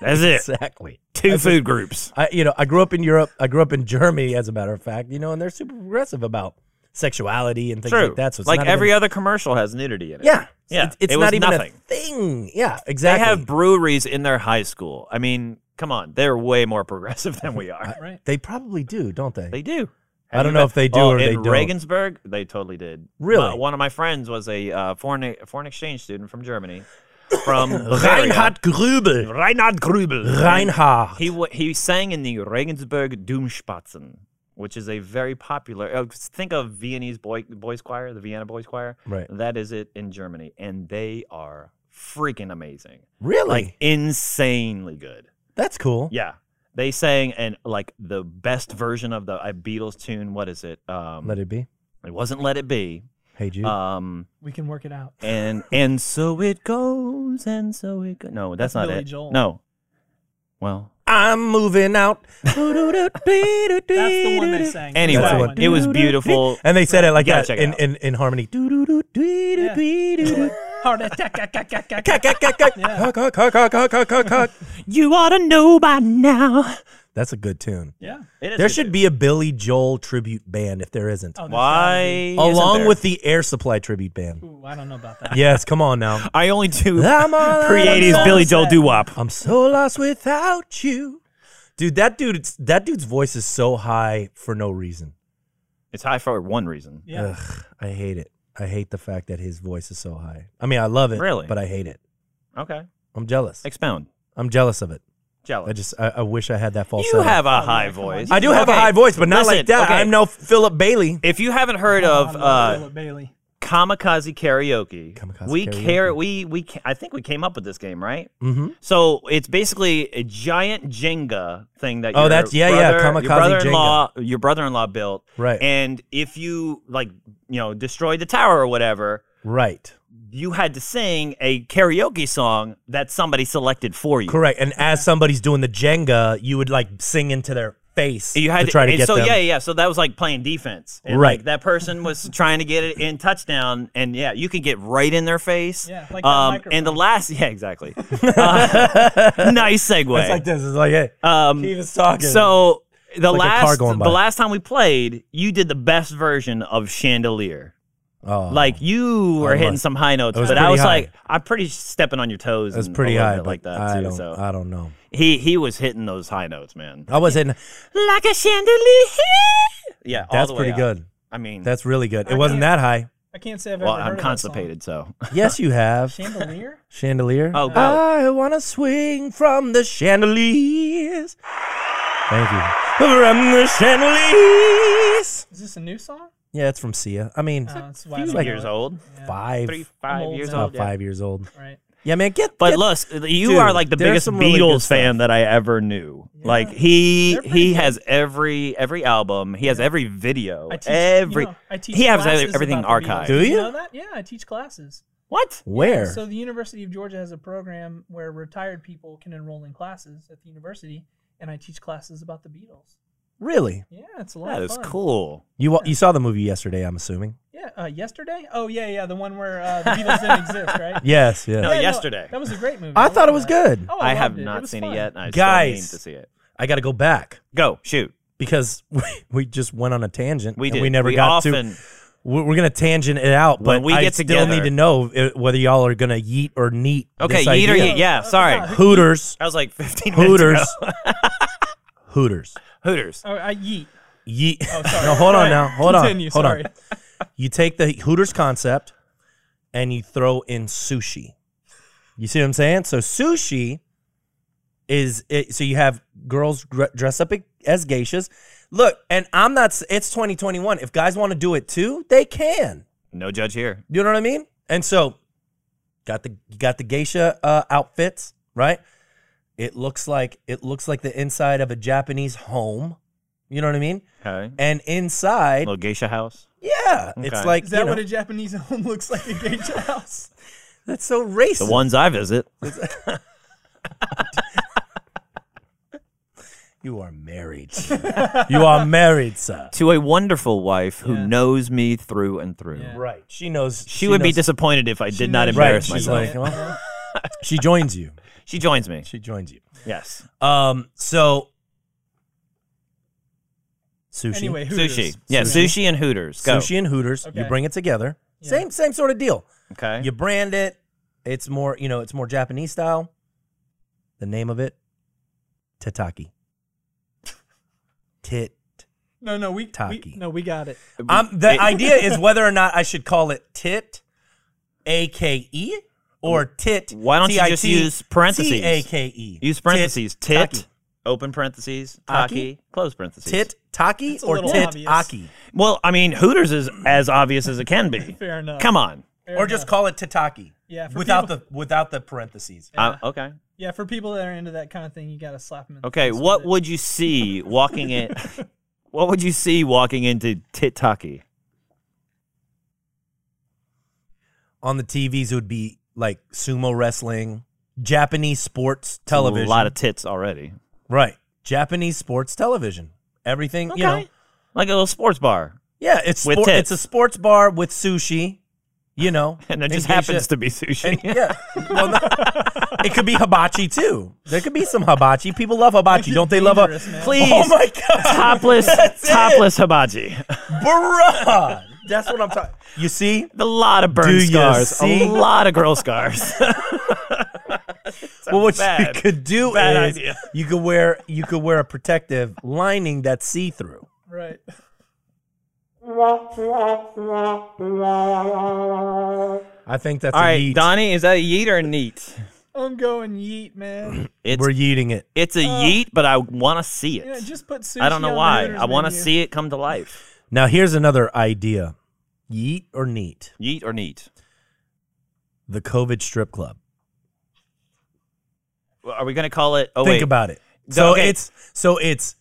[SPEAKER 3] That's it.
[SPEAKER 2] exactly.
[SPEAKER 3] Two
[SPEAKER 2] That's
[SPEAKER 3] food groups.
[SPEAKER 2] I, you know, I grew up in Europe. I grew up in Germany, as a matter of fact. You know, and they're super progressive about sexuality and things
[SPEAKER 3] True.
[SPEAKER 2] like that. So it's
[SPEAKER 3] like
[SPEAKER 2] not
[SPEAKER 3] every
[SPEAKER 2] even,
[SPEAKER 3] other commercial has nudity in it.
[SPEAKER 2] yeah,
[SPEAKER 3] Yeah,
[SPEAKER 2] It's, it's
[SPEAKER 3] it was
[SPEAKER 2] not even
[SPEAKER 3] nothing.
[SPEAKER 2] a thing. Yeah,
[SPEAKER 3] They
[SPEAKER 2] exactly.
[SPEAKER 3] have breweries in their high school. I mean, come on, they're way more progressive than we are.
[SPEAKER 4] right?
[SPEAKER 2] They probably do, don't they?
[SPEAKER 3] They do.
[SPEAKER 2] I
[SPEAKER 3] Have
[SPEAKER 2] don't
[SPEAKER 3] you
[SPEAKER 2] know
[SPEAKER 3] met-
[SPEAKER 2] if they do
[SPEAKER 3] oh,
[SPEAKER 2] or they
[SPEAKER 3] in
[SPEAKER 2] don't.
[SPEAKER 3] Regensburg, they totally did.
[SPEAKER 2] Really?
[SPEAKER 3] My- one of my friends was a uh, foreign foreign exchange student from Germany, from Bavaria.
[SPEAKER 2] Reinhard Grübel.
[SPEAKER 3] Reinhard Grübel.
[SPEAKER 2] Reinhard.
[SPEAKER 3] He wa- he sang in the Regensburg Domspatzen, which is a very popular. Uh, think of Viennese boy, boys choir, the Vienna boys choir.
[SPEAKER 2] Right.
[SPEAKER 3] That is it in Germany, and they are freaking amazing,
[SPEAKER 2] Really?
[SPEAKER 3] like insanely good.
[SPEAKER 2] That's cool.
[SPEAKER 3] Yeah, they sang and like the best version of the uh, Beatles tune. What is it? Um,
[SPEAKER 2] Let it be.
[SPEAKER 3] it wasn't "Let It Be."
[SPEAKER 2] Hey Jude.
[SPEAKER 3] Um,
[SPEAKER 4] We can work it out.
[SPEAKER 3] and and so it goes, and so it goes. No, that's,
[SPEAKER 4] That's
[SPEAKER 3] not
[SPEAKER 4] Billy
[SPEAKER 3] it.
[SPEAKER 4] Joel.
[SPEAKER 3] No. Well,
[SPEAKER 2] I'm moving out. That's
[SPEAKER 4] That's the
[SPEAKER 2] the
[SPEAKER 4] one they sang.
[SPEAKER 2] That's the
[SPEAKER 3] anyway,
[SPEAKER 2] one.
[SPEAKER 3] it was beautiful.
[SPEAKER 2] And they said it like
[SPEAKER 3] You gotta
[SPEAKER 2] that
[SPEAKER 3] check it
[SPEAKER 2] in,
[SPEAKER 3] out.
[SPEAKER 2] in, in harmony.
[SPEAKER 4] Yeah.
[SPEAKER 2] Doo-doo-doo-doo-doo-doo-doo-doo.
[SPEAKER 4] Heart attack. Oh, ca- ca- ca- ca- ca-
[SPEAKER 2] Cock, cock, cock, cock.
[SPEAKER 4] Yeah.
[SPEAKER 2] Cock, cock, cock, cock, cock, cock, cock, cock.
[SPEAKER 3] You ought to know by now.
[SPEAKER 2] That's a good tune.
[SPEAKER 4] Yeah. Oh,
[SPEAKER 2] There should be a Billy Joel tribute band if there isn't.
[SPEAKER 4] Oh, there's gotta be-
[SPEAKER 3] Why?
[SPEAKER 2] Along with the Air Supply tribute band.
[SPEAKER 4] Ooh, I don't know about that.
[SPEAKER 2] Yes, come on now.
[SPEAKER 3] I only do
[SPEAKER 2] I'm all out
[SPEAKER 3] pre
[SPEAKER 2] of
[SPEAKER 3] eighties
[SPEAKER 2] love.
[SPEAKER 3] Billy Joel doo wop.
[SPEAKER 2] I'm so lost without you. Dude, that dude that dude's voice is so high for no reason.
[SPEAKER 3] It's high for one reason.
[SPEAKER 4] Yeah.
[SPEAKER 2] Ugh, I hate it. I hate the fact that his voice is so high. I mean, I love it,
[SPEAKER 3] Really?
[SPEAKER 2] but I hate it.
[SPEAKER 3] Okay,
[SPEAKER 2] I'm jealous.
[SPEAKER 3] expound.
[SPEAKER 2] I'm jealous of it.
[SPEAKER 3] Jealous.
[SPEAKER 2] I just I, I wish I had that falsetto.
[SPEAKER 3] you have a
[SPEAKER 4] Oh,
[SPEAKER 3] high
[SPEAKER 4] yeah, come on.
[SPEAKER 3] voice.
[SPEAKER 2] I do have a
[SPEAKER 3] Okay,
[SPEAKER 2] high voice, but not like
[SPEAKER 3] listen,
[SPEAKER 2] that.
[SPEAKER 3] okay.
[SPEAKER 2] I'm no Philip Bailey.
[SPEAKER 3] If you haven't heard
[SPEAKER 4] Oh,
[SPEAKER 3] of
[SPEAKER 4] I love
[SPEAKER 3] uh,
[SPEAKER 4] Philip Bailey.
[SPEAKER 3] kamikaze karaoke,
[SPEAKER 2] Kamikaze
[SPEAKER 3] we
[SPEAKER 2] karaoke.
[SPEAKER 3] care. We we ca- I think we came up with this game, right?
[SPEAKER 2] Mm-hmm.
[SPEAKER 3] So it's basically a giant Jenga thing that
[SPEAKER 2] Oh,
[SPEAKER 3] your
[SPEAKER 2] that's- yeah, yeah,
[SPEAKER 3] brother,
[SPEAKER 2] kamikaze
[SPEAKER 3] your brother-in-law your brother-in-law built,
[SPEAKER 2] Right.
[SPEAKER 3] And if you like, you know, destroyed the tower or whatever,
[SPEAKER 2] Right.
[SPEAKER 3] you had to sing a karaoke song that somebody selected for you.
[SPEAKER 2] Correct. And as somebody's doing the Jenga, you would like sing into their face
[SPEAKER 3] You had
[SPEAKER 2] to try to
[SPEAKER 3] and
[SPEAKER 2] get
[SPEAKER 3] so
[SPEAKER 2] them.
[SPEAKER 3] yeah, yeah. So that was like playing defense, and
[SPEAKER 2] Right.
[SPEAKER 3] Like, that person was trying to get it in touchdown, and yeah, you could get right in their face.
[SPEAKER 4] Yeah, like that
[SPEAKER 3] um, and the
[SPEAKER 4] microphone.
[SPEAKER 3] last, yeah, exactly. Uh, nice segue.
[SPEAKER 2] It's like this. It's like, hey,
[SPEAKER 3] um,
[SPEAKER 2] he was talking.
[SPEAKER 3] So the
[SPEAKER 2] Like a car
[SPEAKER 3] last the
[SPEAKER 2] going by.
[SPEAKER 3] last time we played, you did the best version of Chandelier.
[SPEAKER 2] Oh.
[SPEAKER 3] Like you were
[SPEAKER 2] I
[SPEAKER 3] hitting
[SPEAKER 2] must-
[SPEAKER 3] some high notes,
[SPEAKER 2] It was
[SPEAKER 3] but I
[SPEAKER 2] pretty
[SPEAKER 3] was
[SPEAKER 2] high.
[SPEAKER 3] like, I'm pretty stepping on your toes.
[SPEAKER 2] That's
[SPEAKER 3] and a
[SPEAKER 2] pretty
[SPEAKER 3] little
[SPEAKER 2] high,
[SPEAKER 3] bit
[SPEAKER 2] but
[SPEAKER 3] like that
[SPEAKER 2] I
[SPEAKER 3] too.
[SPEAKER 2] don't,
[SPEAKER 3] so
[SPEAKER 2] I don't know.
[SPEAKER 3] he he was hitting those high notes, man.
[SPEAKER 2] I was in.
[SPEAKER 3] Like a chandelier. Yeah, all
[SPEAKER 2] That's
[SPEAKER 3] the way
[SPEAKER 2] pretty
[SPEAKER 3] up.
[SPEAKER 2] good.
[SPEAKER 3] I mean,
[SPEAKER 2] That's really good. It
[SPEAKER 4] I
[SPEAKER 2] wasn't that high.
[SPEAKER 4] I can't say I've
[SPEAKER 3] well,
[SPEAKER 4] ever heard
[SPEAKER 3] I'm
[SPEAKER 4] of that
[SPEAKER 3] constipated, so
[SPEAKER 2] Yes, you have.
[SPEAKER 4] song. Chandelier?
[SPEAKER 2] Chandelier.
[SPEAKER 3] Oh, go.
[SPEAKER 2] I wanna swing from the chandeliers. Thank you. From the chandeliers.
[SPEAKER 4] Is this a new song?
[SPEAKER 2] Yeah, it's from Sia. I mean,
[SPEAKER 4] Oh, that's why I
[SPEAKER 3] few
[SPEAKER 4] don't
[SPEAKER 2] like-
[SPEAKER 4] know
[SPEAKER 3] years
[SPEAKER 4] it.
[SPEAKER 3] old,
[SPEAKER 4] Yeah,
[SPEAKER 2] five,
[SPEAKER 3] three five
[SPEAKER 4] old
[SPEAKER 3] years
[SPEAKER 4] now.
[SPEAKER 2] about
[SPEAKER 3] old. yeah.
[SPEAKER 2] five years old.
[SPEAKER 4] Right.
[SPEAKER 2] Yeah, man, get.
[SPEAKER 3] But
[SPEAKER 2] get-
[SPEAKER 3] look, you
[SPEAKER 2] Dude,
[SPEAKER 3] are like the
[SPEAKER 2] there's
[SPEAKER 3] biggest
[SPEAKER 2] some really good
[SPEAKER 3] Beatles
[SPEAKER 2] stuff.
[SPEAKER 3] fan that I ever knew. Like he
[SPEAKER 4] They're pretty
[SPEAKER 3] he
[SPEAKER 4] good.
[SPEAKER 3] has every every album, he has every video,
[SPEAKER 4] I teach,
[SPEAKER 3] every
[SPEAKER 4] you know, I teach
[SPEAKER 3] he has
[SPEAKER 4] classes
[SPEAKER 3] every- everything
[SPEAKER 4] about the Beatles.
[SPEAKER 3] archived.
[SPEAKER 2] Do you?
[SPEAKER 4] know that? Yeah, I teach classes.
[SPEAKER 3] What?
[SPEAKER 2] where?
[SPEAKER 4] So the University of Georgia has a program where retired people can enroll in classes at the university, and I teach classes about the Beatles.
[SPEAKER 2] really?
[SPEAKER 4] Yeah, it's a lot
[SPEAKER 3] That
[SPEAKER 4] of
[SPEAKER 3] is
[SPEAKER 4] fun.
[SPEAKER 3] cool.
[SPEAKER 2] You wa- you saw the movie yesterday? I'm assuming.
[SPEAKER 4] Yeah, uh, yesterday? Oh yeah, yeah, the one where uh, the Beatles didn't exist, right?
[SPEAKER 2] Yes. Yes.
[SPEAKER 3] No,
[SPEAKER 4] Yeah,
[SPEAKER 3] yesterday.
[SPEAKER 4] that was a great movie.
[SPEAKER 2] I thought
[SPEAKER 4] loved
[SPEAKER 2] it was
[SPEAKER 4] that.
[SPEAKER 2] good.
[SPEAKER 4] Oh, I,
[SPEAKER 3] I, have
[SPEAKER 4] loved it. It
[SPEAKER 3] not
[SPEAKER 4] was
[SPEAKER 3] seen
[SPEAKER 4] fun.
[SPEAKER 3] it yet. and I
[SPEAKER 2] Guys.
[SPEAKER 3] still need to see it.
[SPEAKER 2] I got to go back
[SPEAKER 3] Go shoot.
[SPEAKER 2] because we, we just went on a tangent.
[SPEAKER 3] We
[SPEAKER 2] and
[SPEAKER 3] did.
[SPEAKER 2] We never got to.
[SPEAKER 3] often,
[SPEAKER 2] We're, we're gonna tangent it out, but
[SPEAKER 3] When we
[SPEAKER 2] I
[SPEAKER 3] get
[SPEAKER 2] still
[SPEAKER 3] together-
[SPEAKER 2] need to know i- whether y'all are gonna yeet or neat.
[SPEAKER 3] Okay,
[SPEAKER 2] this
[SPEAKER 3] yeet or
[SPEAKER 2] idea.
[SPEAKER 3] yeet. Yeah,
[SPEAKER 4] Uh,
[SPEAKER 3] sorry.
[SPEAKER 2] Hooters,
[SPEAKER 3] I was like 15 minutes
[SPEAKER 2] Hooters,
[SPEAKER 3] ago.
[SPEAKER 2] Hooters,
[SPEAKER 3] Hooters.
[SPEAKER 4] Oh, I yeet.
[SPEAKER 2] yeet.
[SPEAKER 4] Oh, sorry.
[SPEAKER 2] No, hold
[SPEAKER 4] Go
[SPEAKER 2] on
[SPEAKER 4] ahead.
[SPEAKER 2] now. Hold on.
[SPEAKER 4] Continue,
[SPEAKER 2] Hold
[SPEAKER 4] sorry.
[SPEAKER 2] on. You take the Hooters concept and you throw in sushi. You see what I'm saying? So sushi is it, so you have girls gr- dress up as geishas. Look, and I'm not. s- It's 2021. If guys want to do it too, they can.
[SPEAKER 3] No judge here.
[SPEAKER 2] You know what I mean? And so, got the you got the geisha uh, outfits, right? It looks like it looks like the inside of a Japanese home. You know what I mean?
[SPEAKER 3] Okay.
[SPEAKER 2] And inside,
[SPEAKER 3] Little geisha house.
[SPEAKER 2] yeah, it's
[SPEAKER 3] Okay.
[SPEAKER 2] like
[SPEAKER 4] Is that
[SPEAKER 2] you know,
[SPEAKER 4] what a Japanese home looks like? A gauge house.
[SPEAKER 2] that's so racist.
[SPEAKER 3] The ones I visit.
[SPEAKER 2] You are married. sir. you are married, sir.
[SPEAKER 3] To a wonderful wife who
[SPEAKER 4] Yeah.
[SPEAKER 3] knows me through and through.
[SPEAKER 4] Yeah.
[SPEAKER 2] Right? She knows.
[SPEAKER 3] She, would be
[SPEAKER 2] knows-
[SPEAKER 3] disappointed if I did not
[SPEAKER 4] knows-
[SPEAKER 2] Right?
[SPEAKER 3] embarrass
[SPEAKER 2] She's
[SPEAKER 3] myself.
[SPEAKER 2] like, well, she joins you.
[SPEAKER 3] She joins me.
[SPEAKER 2] She joins you.
[SPEAKER 3] Yes.
[SPEAKER 2] Um, so sushi,
[SPEAKER 4] Anyway, Hooters.
[SPEAKER 3] Sushi. Yeah, sushi and Hooters. Go.
[SPEAKER 2] sushi and Hooters. You
[SPEAKER 4] Okay.
[SPEAKER 2] bring it together.
[SPEAKER 4] Yeah.
[SPEAKER 2] Same same sort of deal.
[SPEAKER 3] Okay.
[SPEAKER 2] You brand it. It's more you know it's more Japanese style. The name of it, tataki. Tit.
[SPEAKER 4] No, no, we, we
[SPEAKER 2] Taki.
[SPEAKER 4] no, we got it.
[SPEAKER 2] Um, the
[SPEAKER 3] It-
[SPEAKER 2] idea is whether or not I should call it tit, a k e, or tit.
[SPEAKER 3] Why don't you just
[SPEAKER 2] T I T,
[SPEAKER 3] use parentheses?
[SPEAKER 2] T a k e.
[SPEAKER 3] Use parentheses. Tit.
[SPEAKER 2] Taki.
[SPEAKER 3] Open parentheses.
[SPEAKER 2] Taki?
[SPEAKER 3] Taki. Close parentheses.
[SPEAKER 2] Tit taki
[SPEAKER 4] That's a
[SPEAKER 2] or
[SPEAKER 4] little
[SPEAKER 2] tit
[SPEAKER 4] obvious.
[SPEAKER 2] aki,
[SPEAKER 3] Well, I mean, Hooters is as obvious as it can be.
[SPEAKER 4] Fair enough.
[SPEAKER 3] Come on.
[SPEAKER 4] Fair
[SPEAKER 2] or just
[SPEAKER 4] enough.
[SPEAKER 2] call it tataki.
[SPEAKER 4] Yeah, for
[SPEAKER 2] without
[SPEAKER 4] people-
[SPEAKER 2] the without the parentheses.
[SPEAKER 3] Uh, okay.
[SPEAKER 4] yeah, for people that are into that kind of thing, you gotta slap them. In the
[SPEAKER 3] Okay.
[SPEAKER 4] face with
[SPEAKER 3] What
[SPEAKER 4] it.
[SPEAKER 3] would you see walking in? what would you see walking into Titaki?
[SPEAKER 2] On the TVs, it would be like sumo wrestling, Japanese sports television.
[SPEAKER 3] A lot of tits already.
[SPEAKER 2] right, Japanese sports television. Everything
[SPEAKER 3] Okay.
[SPEAKER 2] you know.
[SPEAKER 3] Like a little sports bar.
[SPEAKER 2] Yeah, it's
[SPEAKER 3] With
[SPEAKER 2] sport, it's
[SPEAKER 3] tits.
[SPEAKER 2] a sports bar with sushi. You know,
[SPEAKER 3] And
[SPEAKER 2] in
[SPEAKER 3] it just
[SPEAKER 2] geisha-
[SPEAKER 3] happens to be sushi.
[SPEAKER 2] And, yeah. Well, not- it could be hibachi too. There could be some hibachi. People love hibachi. Don't they love a
[SPEAKER 4] Dangerous, man.
[SPEAKER 3] Please.
[SPEAKER 2] Oh my god.
[SPEAKER 3] topless
[SPEAKER 2] That's it.
[SPEAKER 3] topless hibachi.
[SPEAKER 2] Bruh. That's what I'm talking. You see?
[SPEAKER 3] A lot of burn
[SPEAKER 2] Do you
[SPEAKER 3] scars.
[SPEAKER 2] see?
[SPEAKER 3] A lot of girl scars.
[SPEAKER 2] well, what
[SPEAKER 3] bad-
[SPEAKER 2] you could do
[SPEAKER 3] bad
[SPEAKER 2] is
[SPEAKER 3] idea.
[SPEAKER 2] you could wear you could wear a protective lining that's see through.
[SPEAKER 4] Right.
[SPEAKER 2] I think that's
[SPEAKER 3] All
[SPEAKER 2] a
[SPEAKER 3] right,
[SPEAKER 2] yeet.
[SPEAKER 3] Donnie, is that a yeet or a neat?
[SPEAKER 4] I'm going yeet, man.
[SPEAKER 3] It's
[SPEAKER 2] We're yeeting it.
[SPEAKER 3] it's a yeet, but I want to see it.
[SPEAKER 4] Uh, Yeah, just put sushi.
[SPEAKER 3] I don't know why. I want to
[SPEAKER 4] see
[SPEAKER 3] see it come to life.
[SPEAKER 2] Now here's another idea: yeet or neat.
[SPEAKER 3] Yeet or neat?
[SPEAKER 2] The COVID strip club.
[SPEAKER 3] Are we gonna call it? Oh
[SPEAKER 2] Think
[SPEAKER 3] wait,
[SPEAKER 2] about it. So
[SPEAKER 3] okay.
[SPEAKER 2] it's so it's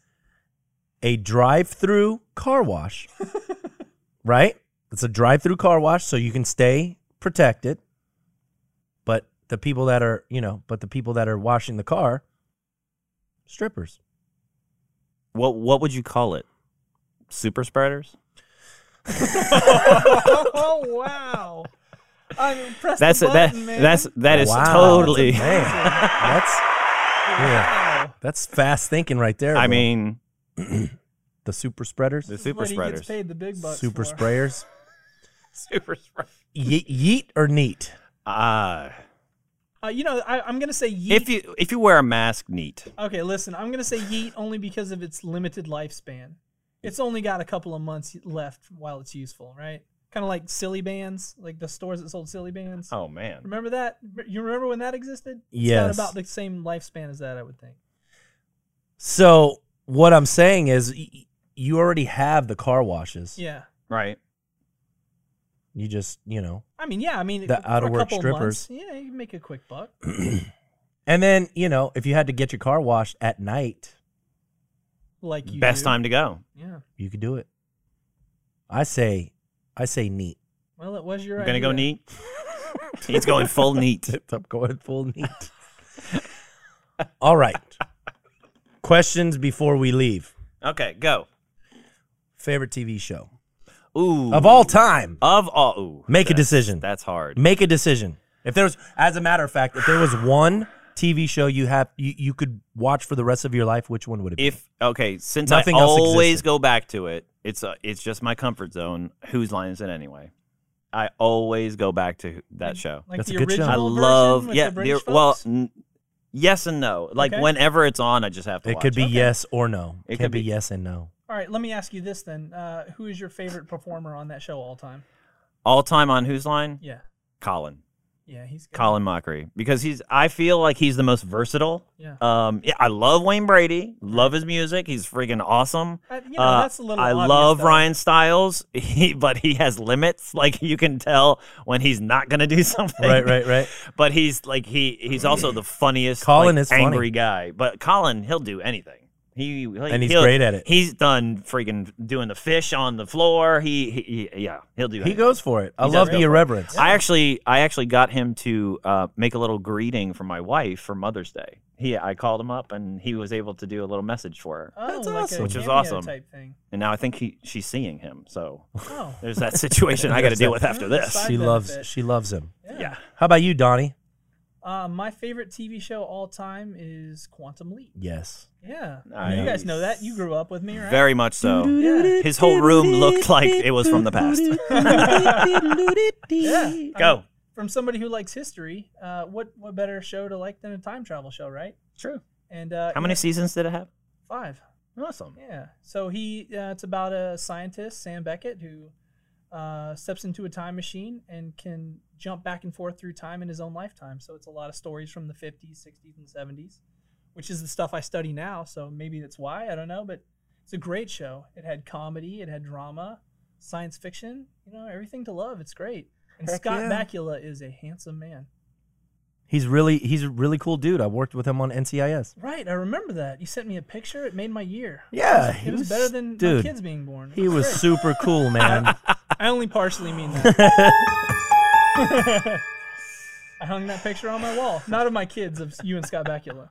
[SPEAKER 2] a drive-through car wash, right? It's a drive-through car wash, so you can stay protected. But the people that are you know, but the people that are washing the car, strippers.
[SPEAKER 3] what what would you call it? Super spreaders.
[SPEAKER 4] oh wow! I'm impressed.
[SPEAKER 3] That's
[SPEAKER 4] the
[SPEAKER 3] that.
[SPEAKER 4] button, man.
[SPEAKER 3] That's that is
[SPEAKER 2] Oh, Wow.
[SPEAKER 3] totally.
[SPEAKER 2] That's, amazing. That's- yeah,
[SPEAKER 4] Wow.
[SPEAKER 2] that's fast thinking right there.
[SPEAKER 3] I
[SPEAKER 2] bro.
[SPEAKER 3] mean,
[SPEAKER 2] the super spreaders,
[SPEAKER 3] the
[SPEAKER 4] This is
[SPEAKER 3] super
[SPEAKER 4] what he gets
[SPEAKER 3] spreaders.
[SPEAKER 4] paid the big bucks
[SPEAKER 2] super
[SPEAKER 4] for.
[SPEAKER 2] sprayers.
[SPEAKER 3] Super spreaders.
[SPEAKER 2] Ye- yeet or neat?
[SPEAKER 3] Ah,
[SPEAKER 4] Uh, you know, I, I'm gonna say yeet.
[SPEAKER 3] if you if you wear a mask, neat.
[SPEAKER 4] okay, listen, I'm gonna say yeet only because of its limited lifespan. It's only got a couple of months left while it's useful, right? Kind of like silly bands, like the stores that sold silly bands.
[SPEAKER 3] Oh man.
[SPEAKER 4] Remember that? You remember when that existed?
[SPEAKER 2] Yes.
[SPEAKER 4] It's got about the same lifespan as that, I would think.
[SPEAKER 2] So what I'm saying is, y- y- you already have the car washes.
[SPEAKER 4] Yeah.
[SPEAKER 3] Right.
[SPEAKER 2] You just, you know,
[SPEAKER 4] I mean, yeah. I mean,
[SPEAKER 2] The
[SPEAKER 4] for
[SPEAKER 2] out of
[SPEAKER 4] a
[SPEAKER 2] work
[SPEAKER 4] couple
[SPEAKER 2] strippers.
[SPEAKER 4] Months, yeah, you can make a quick buck.
[SPEAKER 2] and then you know, if you had to get your car washed at night,
[SPEAKER 4] Like you.
[SPEAKER 3] Best
[SPEAKER 4] do.
[SPEAKER 3] time to go.
[SPEAKER 4] Yeah.
[SPEAKER 2] you could do it. I say, I say neat.
[SPEAKER 4] Well, it was your.
[SPEAKER 3] You're gonna go
[SPEAKER 4] idea.
[SPEAKER 3] neat. He's going full neat.
[SPEAKER 2] I'm going full neat. All right. Questions before we leave.
[SPEAKER 3] Okay, go.
[SPEAKER 2] Favorite TV show
[SPEAKER 3] Ooh.
[SPEAKER 2] of all time.
[SPEAKER 3] Of all. Ooh,
[SPEAKER 2] Make a
[SPEAKER 3] that's-
[SPEAKER 2] decision.
[SPEAKER 3] That's hard.
[SPEAKER 2] Make a decision. If there was, as a matter of fact, if there was one TV show you have you, you could watch for the rest of your life, which one would it be?
[SPEAKER 3] If okay, since
[SPEAKER 2] Nothing
[SPEAKER 3] I
[SPEAKER 2] else
[SPEAKER 3] always
[SPEAKER 2] existed.
[SPEAKER 3] go back to it, it's uh, it's just my comfort zone. Whose line is it anyway? I always go back to that show.
[SPEAKER 4] Like
[SPEAKER 2] That's
[SPEAKER 4] the
[SPEAKER 2] a good show.
[SPEAKER 4] original
[SPEAKER 3] I
[SPEAKER 4] version
[SPEAKER 3] love
[SPEAKER 4] with
[SPEAKER 3] yeah.
[SPEAKER 4] The British
[SPEAKER 3] the- well,
[SPEAKER 4] folks?
[SPEAKER 3] n- yes and no. Like
[SPEAKER 4] Okay.
[SPEAKER 3] whenever it's on, I just have to.
[SPEAKER 2] it
[SPEAKER 3] watch
[SPEAKER 2] could be
[SPEAKER 3] it.
[SPEAKER 2] yes or no.
[SPEAKER 3] It
[SPEAKER 2] Can't
[SPEAKER 3] could
[SPEAKER 2] be
[SPEAKER 3] be-
[SPEAKER 2] yes and no.
[SPEAKER 4] All right, let me ask you this then: uh, Who is your favorite performer on that show all time?
[SPEAKER 3] all time on whose line?
[SPEAKER 4] Yeah.
[SPEAKER 3] Colin.
[SPEAKER 4] Yeah, he's good.
[SPEAKER 3] Colin Mockery because he's I feel like he's the most versatile.
[SPEAKER 4] Yeah.
[SPEAKER 3] Um, yeah, I love Wayne Brady. Love his music. He's freaking awesome.
[SPEAKER 4] Uh, you know,
[SPEAKER 3] Uh,
[SPEAKER 4] that's a little.
[SPEAKER 3] I
[SPEAKER 4] obvious,
[SPEAKER 3] love
[SPEAKER 4] though.
[SPEAKER 3] Ryan Styles, he, but he has limits. Like you can tell when he's not going to do something.
[SPEAKER 2] Right, right, right.
[SPEAKER 3] But he's like he he's also the funniest,
[SPEAKER 2] Colin
[SPEAKER 3] like,
[SPEAKER 2] is funny.
[SPEAKER 3] angry guy. But Colin, he'll do anything. He
[SPEAKER 2] And he's
[SPEAKER 3] he'll-
[SPEAKER 2] great at it.
[SPEAKER 3] He's done freaking doing the fish on the floor. He, he, he yeah, he'll do.
[SPEAKER 2] He
[SPEAKER 3] anything.
[SPEAKER 2] goes for it. I
[SPEAKER 3] He does
[SPEAKER 2] love
[SPEAKER 3] go
[SPEAKER 2] the
[SPEAKER 3] for it.
[SPEAKER 2] irreverence.
[SPEAKER 3] I actually, I actually got him to uh, make a little greeting for my wife for Mother's Day. He, I called him up, and he was able to do a little message for her.
[SPEAKER 4] Oh,
[SPEAKER 2] That's
[SPEAKER 4] like a
[SPEAKER 2] awesome. Which
[SPEAKER 3] is
[SPEAKER 4] cameo
[SPEAKER 3] awesome.
[SPEAKER 4] Type thing.
[SPEAKER 3] And now I think he, she's seeing him. So
[SPEAKER 4] Oh,
[SPEAKER 3] there's that situation I got to deal with after this.
[SPEAKER 4] Side
[SPEAKER 2] She loves
[SPEAKER 4] benefit.
[SPEAKER 2] she loves him.
[SPEAKER 4] yeah.
[SPEAKER 3] Yeah.
[SPEAKER 2] How about you, Donnie?
[SPEAKER 4] Uh, my favorite TV show all time is Quantum Leap.
[SPEAKER 2] Yes.
[SPEAKER 4] Yeah,
[SPEAKER 3] Nice.
[SPEAKER 4] you guys know that. You grew up with me, right?
[SPEAKER 3] Very much so.
[SPEAKER 4] Yeah.
[SPEAKER 3] His whole room looked like it was from the past.
[SPEAKER 4] Yeah. I mean,
[SPEAKER 3] Go.
[SPEAKER 4] from somebody who likes history. Uh, what what better show to like than a time travel show, right?
[SPEAKER 3] True.
[SPEAKER 4] And uh,
[SPEAKER 3] How many seasons did it have?
[SPEAKER 4] Five.
[SPEAKER 3] Awesome.
[SPEAKER 4] Yeah. So he, uh, it's about a scientist, Sam Beckett, who uh, steps into a time machine and can jump back and forth through time in his own lifetime. So it's a lot of stories from the 50s, 60s, and 70s, which is the stuff I study now. So maybe that's why. I don't know. But it's a great show. It had comedy, it had drama, science fiction, you know, everything to love. It's great. And
[SPEAKER 2] Heck
[SPEAKER 4] Scott
[SPEAKER 2] yeah.
[SPEAKER 4] Bakula is a handsome man.
[SPEAKER 2] He's really he's a really cool dude. I worked with him on NCIS.
[SPEAKER 4] Right, I remember that. You sent me a picture. It made my year.
[SPEAKER 2] Yeah,
[SPEAKER 4] it was,
[SPEAKER 2] he
[SPEAKER 4] it was
[SPEAKER 2] was-
[SPEAKER 4] better than my
[SPEAKER 2] dude,
[SPEAKER 4] kids being born. It
[SPEAKER 2] He was
[SPEAKER 4] great.
[SPEAKER 2] super cool, man.
[SPEAKER 4] I only partially mean that. I hung that picture on my wall, not of my kids, of you and Scott Bakula.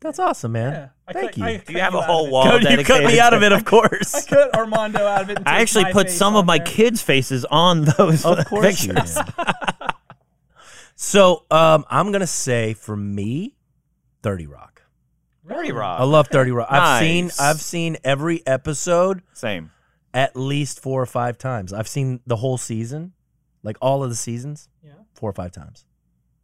[SPEAKER 2] That's awesome, man.
[SPEAKER 4] Yeah, I
[SPEAKER 2] Thank
[SPEAKER 4] cut,
[SPEAKER 2] you.
[SPEAKER 4] I
[SPEAKER 3] Do
[SPEAKER 4] cut
[SPEAKER 3] you have a
[SPEAKER 4] out
[SPEAKER 3] whole
[SPEAKER 4] of it.
[SPEAKER 3] wall
[SPEAKER 2] Cody, you
[SPEAKER 3] dedicated?
[SPEAKER 2] cut me out of it, of
[SPEAKER 4] I
[SPEAKER 2] course.
[SPEAKER 4] cut Armando out of it. and
[SPEAKER 3] I
[SPEAKER 4] taped
[SPEAKER 3] actually
[SPEAKER 4] my
[SPEAKER 3] put
[SPEAKER 4] face
[SPEAKER 3] some
[SPEAKER 4] on
[SPEAKER 3] of my
[SPEAKER 4] there.
[SPEAKER 3] kids' faces on those
[SPEAKER 2] Of course you
[SPEAKER 3] pictures.
[SPEAKER 2] did. so um, I'm gonna say for me, Thirty Rock.
[SPEAKER 3] Very
[SPEAKER 2] I
[SPEAKER 3] raw.
[SPEAKER 2] love Thirty Rock. I've seen
[SPEAKER 3] Nice.
[SPEAKER 2] I've seen every episode
[SPEAKER 3] Same.
[SPEAKER 2] at least four or five times. I've seen the whole season, like all of the seasons,
[SPEAKER 4] Yeah.
[SPEAKER 2] four or five times.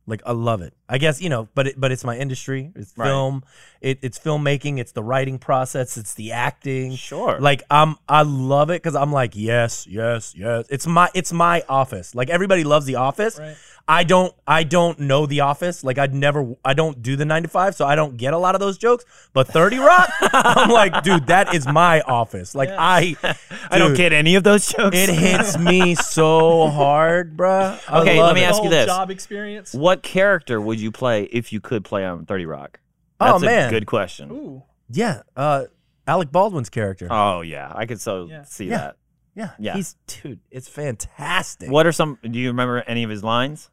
[SPEAKER 2] Like I love it. I guess you know, but it, but it's my industry. It's
[SPEAKER 3] Right.
[SPEAKER 2] film. It, it's filmmaking. It's the writing process. It's the acting.
[SPEAKER 3] Sure.
[SPEAKER 2] Like I'm, I love it because I'm like, yes, yes, yes. It's my, it's my office. Like everybody loves the office.
[SPEAKER 4] Right.
[SPEAKER 2] I don't, I don't know the office. Like I'd never, I don't do the nine to five, so I don't get a lot of those jokes. But Thirty Rock, I'm like, dude, that is my office. Like
[SPEAKER 4] Yeah.
[SPEAKER 2] I,
[SPEAKER 3] I don't
[SPEAKER 2] dude,
[SPEAKER 3] get any of those jokes.
[SPEAKER 2] It hits me so hard, bruh. I
[SPEAKER 3] Okay,
[SPEAKER 2] love
[SPEAKER 3] let me
[SPEAKER 2] it.
[SPEAKER 4] The
[SPEAKER 3] ask you
[SPEAKER 4] whole
[SPEAKER 3] this.
[SPEAKER 4] job experience.
[SPEAKER 3] What character would you play if you could play on 30 Rock?
[SPEAKER 2] Oh,
[SPEAKER 3] That's
[SPEAKER 2] man.
[SPEAKER 3] a good question.
[SPEAKER 4] Ooh,
[SPEAKER 2] Yeah, uh, Alec Baldwin's character.
[SPEAKER 3] Oh yeah, I could so
[SPEAKER 4] Yeah.
[SPEAKER 3] see
[SPEAKER 2] Yeah.
[SPEAKER 3] that.
[SPEAKER 2] yeah,
[SPEAKER 3] yeah.
[SPEAKER 2] He's dude. It's fantastic.
[SPEAKER 3] What are some? Do you remember any of his lines?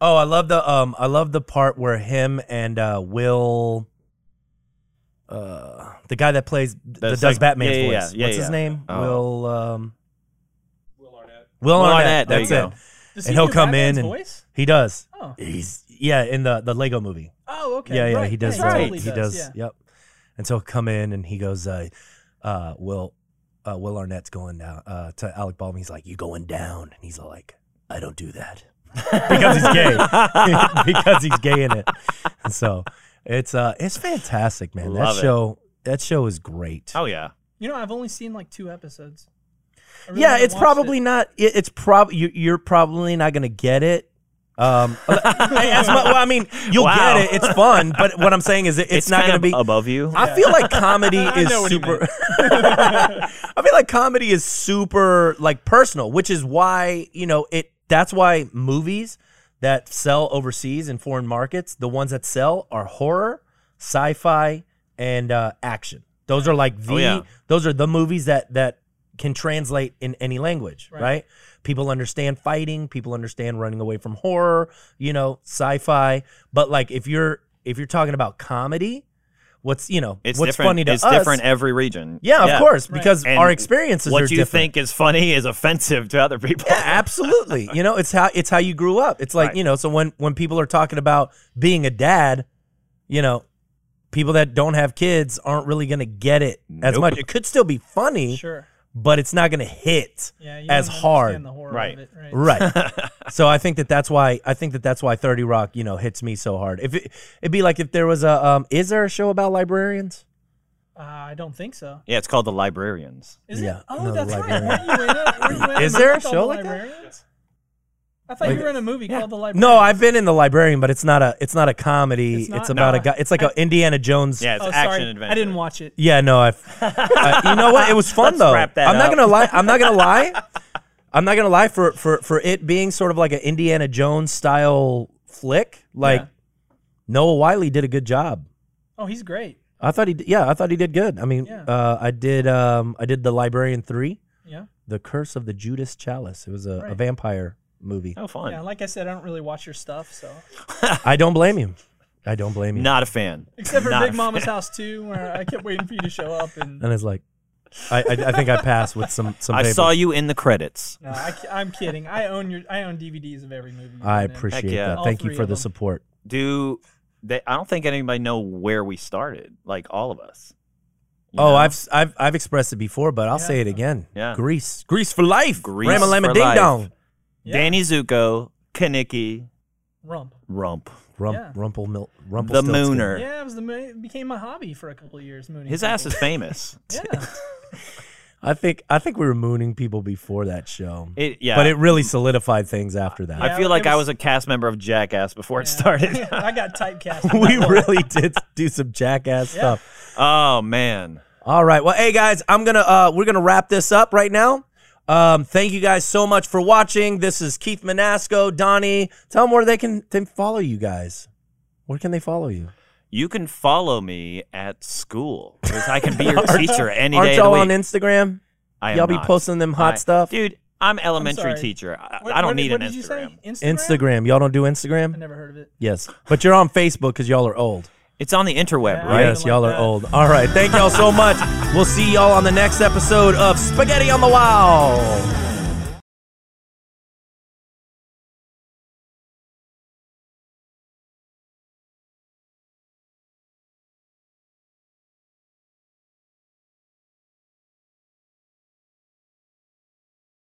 [SPEAKER 2] Oh, I love the um, I love the part where him and uh, Will, uh, the guy that plays that
[SPEAKER 3] That's
[SPEAKER 2] does
[SPEAKER 3] like-
[SPEAKER 2] Batman's
[SPEAKER 3] yeah, yeah, yeah,
[SPEAKER 2] voice.
[SPEAKER 3] yeah,
[SPEAKER 2] What's his
[SPEAKER 3] yeah.
[SPEAKER 2] name?
[SPEAKER 3] Oh.
[SPEAKER 2] Will. Um, Will
[SPEAKER 3] Will
[SPEAKER 2] Arnett. Will
[SPEAKER 3] Arnett,
[SPEAKER 2] Arnett.
[SPEAKER 3] there
[SPEAKER 2] That's
[SPEAKER 3] you
[SPEAKER 2] it.
[SPEAKER 3] go.
[SPEAKER 2] And
[SPEAKER 4] Does he
[SPEAKER 2] he'll
[SPEAKER 4] do
[SPEAKER 2] come
[SPEAKER 4] Batman's
[SPEAKER 2] in and-
[SPEAKER 4] voice?
[SPEAKER 2] He does.
[SPEAKER 4] Oh,
[SPEAKER 2] He's yeah in the the Lego Movie.
[SPEAKER 4] oh, okay.
[SPEAKER 2] Yeah, yeah,
[SPEAKER 4] right.
[SPEAKER 2] he does.
[SPEAKER 4] Yeah,
[SPEAKER 2] uh,
[SPEAKER 4] totally
[SPEAKER 2] he does.
[SPEAKER 4] Yeah.
[SPEAKER 2] Yep. And so he'll come in and he goes, uh, uh, "Will, uh, Will Arnett's going down uh, to Alec Baldwin." He's like, "You going down?" And he's like, "I don't do that because he's gay. because he's gay in it." And so it's uh, it's fantastic, man.
[SPEAKER 3] Love
[SPEAKER 2] that
[SPEAKER 3] it.
[SPEAKER 2] show, that show is great.
[SPEAKER 3] Oh yeah,
[SPEAKER 4] You know, I've only seen like two episodes. I really
[SPEAKER 2] yeah,
[SPEAKER 4] haven't
[SPEAKER 2] it's
[SPEAKER 4] watched it.
[SPEAKER 2] probably not. It, it's probably you, you're probably not gonna get it. Um, as mu- well, I mean, you'll
[SPEAKER 3] Wow.
[SPEAKER 2] get it. It's fun, but what I'm saying is, it, it's, not
[SPEAKER 3] kind
[SPEAKER 2] gonna
[SPEAKER 3] of
[SPEAKER 2] be
[SPEAKER 3] above you.
[SPEAKER 2] I feel like comedy
[SPEAKER 4] I
[SPEAKER 2] is
[SPEAKER 4] know what he
[SPEAKER 2] super.
[SPEAKER 4] meant.
[SPEAKER 2] I feel like comedy is super like personal, which is why you know it. That's why movies that sell overseas in foreign markets, the ones that sell are horror, sci-fi, and uh, action. Those are like the
[SPEAKER 3] Oh, yeah.
[SPEAKER 2] those are the movies that that can translate in any language,
[SPEAKER 4] Right.
[SPEAKER 2] right? People understand fighting, people understand running away from horror, you know, sci-fi. But like if you're if you're talking about comedy, what's you know
[SPEAKER 3] it's
[SPEAKER 2] what's
[SPEAKER 3] different.
[SPEAKER 2] funny to
[SPEAKER 3] it's
[SPEAKER 2] us?
[SPEAKER 3] different every region.
[SPEAKER 2] Yeah, of course,
[SPEAKER 4] Right.
[SPEAKER 2] because
[SPEAKER 3] And
[SPEAKER 2] our experiences are
[SPEAKER 3] What you
[SPEAKER 2] different.
[SPEAKER 3] think is funny is offensive to other people.
[SPEAKER 2] Yeah, absolutely. You know, it's how it's how you grew up. It's like
[SPEAKER 3] Right.
[SPEAKER 2] you know. So when when people are talking about being a dad, you know, people that don't have kids aren't really going to get it as
[SPEAKER 3] Nope.
[SPEAKER 2] much. It could still be funny,
[SPEAKER 4] Sure.
[SPEAKER 2] but it's not going to hit
[SPEAKER 4] Yeah. You
[SPEAKER 2] as
[SPEAKER 4] don't
[SPEAKER 2] hard.
[SPEAKER 4] understand The horror
[SPEAKER 3] Right.
[SPEAKER 4] Of it, right.
[SPEAKER 2] Right. so I think that that's why I think that that's why Thirty Rock you know hits me so hard. If it, it'd be like if there was a um, is there a show about librarians?
[SPEAKER 4] Uh, I don't think so.
[SPEAKER 3] Yeah, it's called the Librarians.
[SPEAKER 4] Is
[SPEAKER 2] Yeah,
[SPEAKER 4] it? Oh,
[SPEAKER 2] no, the
[SPEAKER 4] that's right.
[SPEAKER 2] librarian.
[SPEAKER 4] Weren't you in it? Weren't you in
[SPEAKER 2] Is there a
[SPEAKER 4] movie called
[SPEAKER 2] show
[SPEAKER 4] The
[SPEAKER 2] like that?
[SPEAKER 4] Librarians? I thought
[SPEAKER 2] Like-
[SPEAKER 4] you were in a movie
[SPEAKER 3] Yeah.
[SPEAKER 4] called The Librarian.
[SPEAKER 2] No, I've been in the librarian, but it's not a it's not a comedy.
[SPEAKER 4] It's
[SPEAKER 2] It's,
[SPEAKER 4] not?
[SPEAKER 2] about
[SPEAKER 4] No.
[SPEAKER 2] a guy. It's like an Indiana Jones.
[SPEAKER 3] Yeah, it's
[SPEAKER 4] Oh,
[SPEAKER 3] action
[SPEAKER 4] sorry.
[SPEAKER 3] adventure.
[SPEAKER 4] I didn't watch it.
[SPEAKER 2] Yeah, no, I. uh, you know what? It was fun
[SPEAKER 3] Let's
[SPEAKER 2] though.
[SPEAKER 3] wrap that
[SPEAKER 2] I'm not
[SPEAKER 3] up.
[SPEAKER 2] gonna lie. I'm not gonna lie. I'm not gonna lie for for for it being sort of like an Indiana Jones style flick. Like
[SPEAKER 4] Yeah.
[SPEAKER 2] Noah Wiley did a good job.
[SPEAKER 4] Oh, he's great.
[SPEAKER 2] I thought he. Did, yeah, I thought he did good. I mean,
[SPEAKER 4] Yeah.
[SPEAKER 2] uh, I did. Um, I did the Librarian three,
[SPEAKER 4] Yeah.
[SPEAKER 2] The Curse of the Judas Chalice. It was a, a
[SPEAKER 4] Right.
[SPEAKER 2] vampire movie.
[SPEAKER 3] Oh, fun.
[SPEAKER 4] Yeah. Like I said, I don't really watch your stuff, so
[SPEAKER 2] I don't blame you. I don't blame you.
[SPEAKER 3] Not a fan.
[SPEAKER 4] except for
[SPEAKER 3] Not a
[SPEAKER 4] Big Mama's House 2, where I kept waiting for you to show up, and
[SPEAKER 2] And it's like, I, I, I think I pass with some some.
[SPEAKER 3] I
[SPEAKER 2] papers.
[SPEAKER 3] saw you in the credits.
[SPEAKER 4] No, I, am kidding. I own your. I own DVDs of every movie. you've
[SPEAKER 2] I
[SPEAKER 4] been in.
[SPEAKER 2] appreciate
[SPEAKER 3] Heck yeah.
[SPEAKER 2] that.
[SPEAKER 4] All
[SPEAKER 2] Thank you
[SPEAKER 4] three
[SPEAKER 2] for
[SPEAKER 4] of
[SPEAKER 2] the
[SPEAKER 4] them.
[SPEAKER 2] support.
[SPEAKER 3] Do they? I don't think anybody know where we started. Like all of us. You
[SPEAKER 2] Oh,
[SPEAKER 3] know?
[SPEAKER 2] I've, I've I've expressed it before, but I'll
[SPEAKER 4] Yeah.
[SPEAKER 2] say it again.
[SPEAKER 3] Yeah.
[SPEAKER 2] Greece, Greece for life.
[SPEAKER 3] Grease
[SPEAKER 2] Rama Lama
[SPEAKER 3] for
[SPEAKER 2] Ding
[SPEAKER 3] life.
[SPEAKER 2] Dong.
[SPEAKER 4] Yeah.
[SPEAKER 3] Danny Zuko, Kaniki,
[SPEAKER 4] Rump.
[SPEAKER 3] Rump,
[SPEAKER 2] Rump,
[SPEAKER 4] Yeah.
[SPEAKER 2] Rumple, Mil- Rumple.
[SPEAKER 3] the Mooner.
[SPEAKER 4] Yeah, it was the. mo- It became my hobby for a couple of years. Mooning
[SPEAKER 3] His ass is
[SPEAKER 4] people.
[SPEAKER 3] famous.
[SPEAKER 4] Yeah.
[SPEAKER 2] I think I think we were mooning people before that show,
[SPEAKER 3] It, yeah,
[SPEAKER 2] but it really solidified things after that.
[SPEAKER 3] I
[SPEAKER 4] Yeah,
[SPEAKER 3] feel like
[SPEAKER 4] it
[SPEAKER 3] I
[SPEAKER 4] was-
[SPEAKER 3] was a cast member of Jackass before it
[SPEAKER 4] Yeah.
[SPEAKER 3] started.
[SPEAKER 4] I got typecast.
[SPEAKER 2] we really did do some jackass
[SPEAKER 4] Yeah.
[SPEAKER 2] stuff.
[SPEAKER 3] oh man,
[SPEAKER 2] All right. Well, hey guys, I'm gonna uh, we're gonna wrap this up right now. Um, thank you guys so much for watching. This is Keith Manasco, Donnie. Tell them where they can they follow you guys. Where can they follow you?
[SPEAKER 3] you can follow me at school because I can be your teacher any
[SPEAKER 2] Aren't
[SPEAKER 3] day
[SPEAKER 2] y'all
[SPEAKER 3] of the
[SPEAKER 2] on
[SPEAKER 3] week.
[SPEAKER 2] Instagram?
[SPEAKER 3] I am
[SPEAKER 2] Y'all be
[SPEAKER 3] not.
[SPEAKER 2] posting them hot
[SPEAKER 3] I-
[SPEAKER 2] stuff.
[SPEAKER 3] dude. I'm elementary
[SPEAKER 4] sorry.
[SPEAKER 3] teacher. I,
[SPEAKER 4] What-
[SPEAKER 3] I don't
[SPEAKER 4] what-
[SPEAKER 3] need
[SPEAKER 4] what
[SPEAKER 3] an
[SPEAKER 4] did you
[SPEAKER 3] Instagram.
[SPEAKER 4] say? Instagram.
[SPEAKER 2] Instagram. Y'all don't do
[SPEAKER 4] I
[SPEAKER 2] Instagram?
[SPEAKER 4] never heard of it.
[SPEAKER 2] Yes, but you're on Facebook because y'all are old.
[SPEAKER 3] It's on the interweb,
[SPEAKER 4] Yeah.
[SPEAKER 3] right?
[SPEAKER 2] Yes, y'all
[SPEAKER 4] like
[SPEAKER 2] are
[SPEAKER 4] that.
[SPEAKER 2] old. All right. Thank y'all so much. We'll see y'all on the next episode of Spaghetti on the Wall.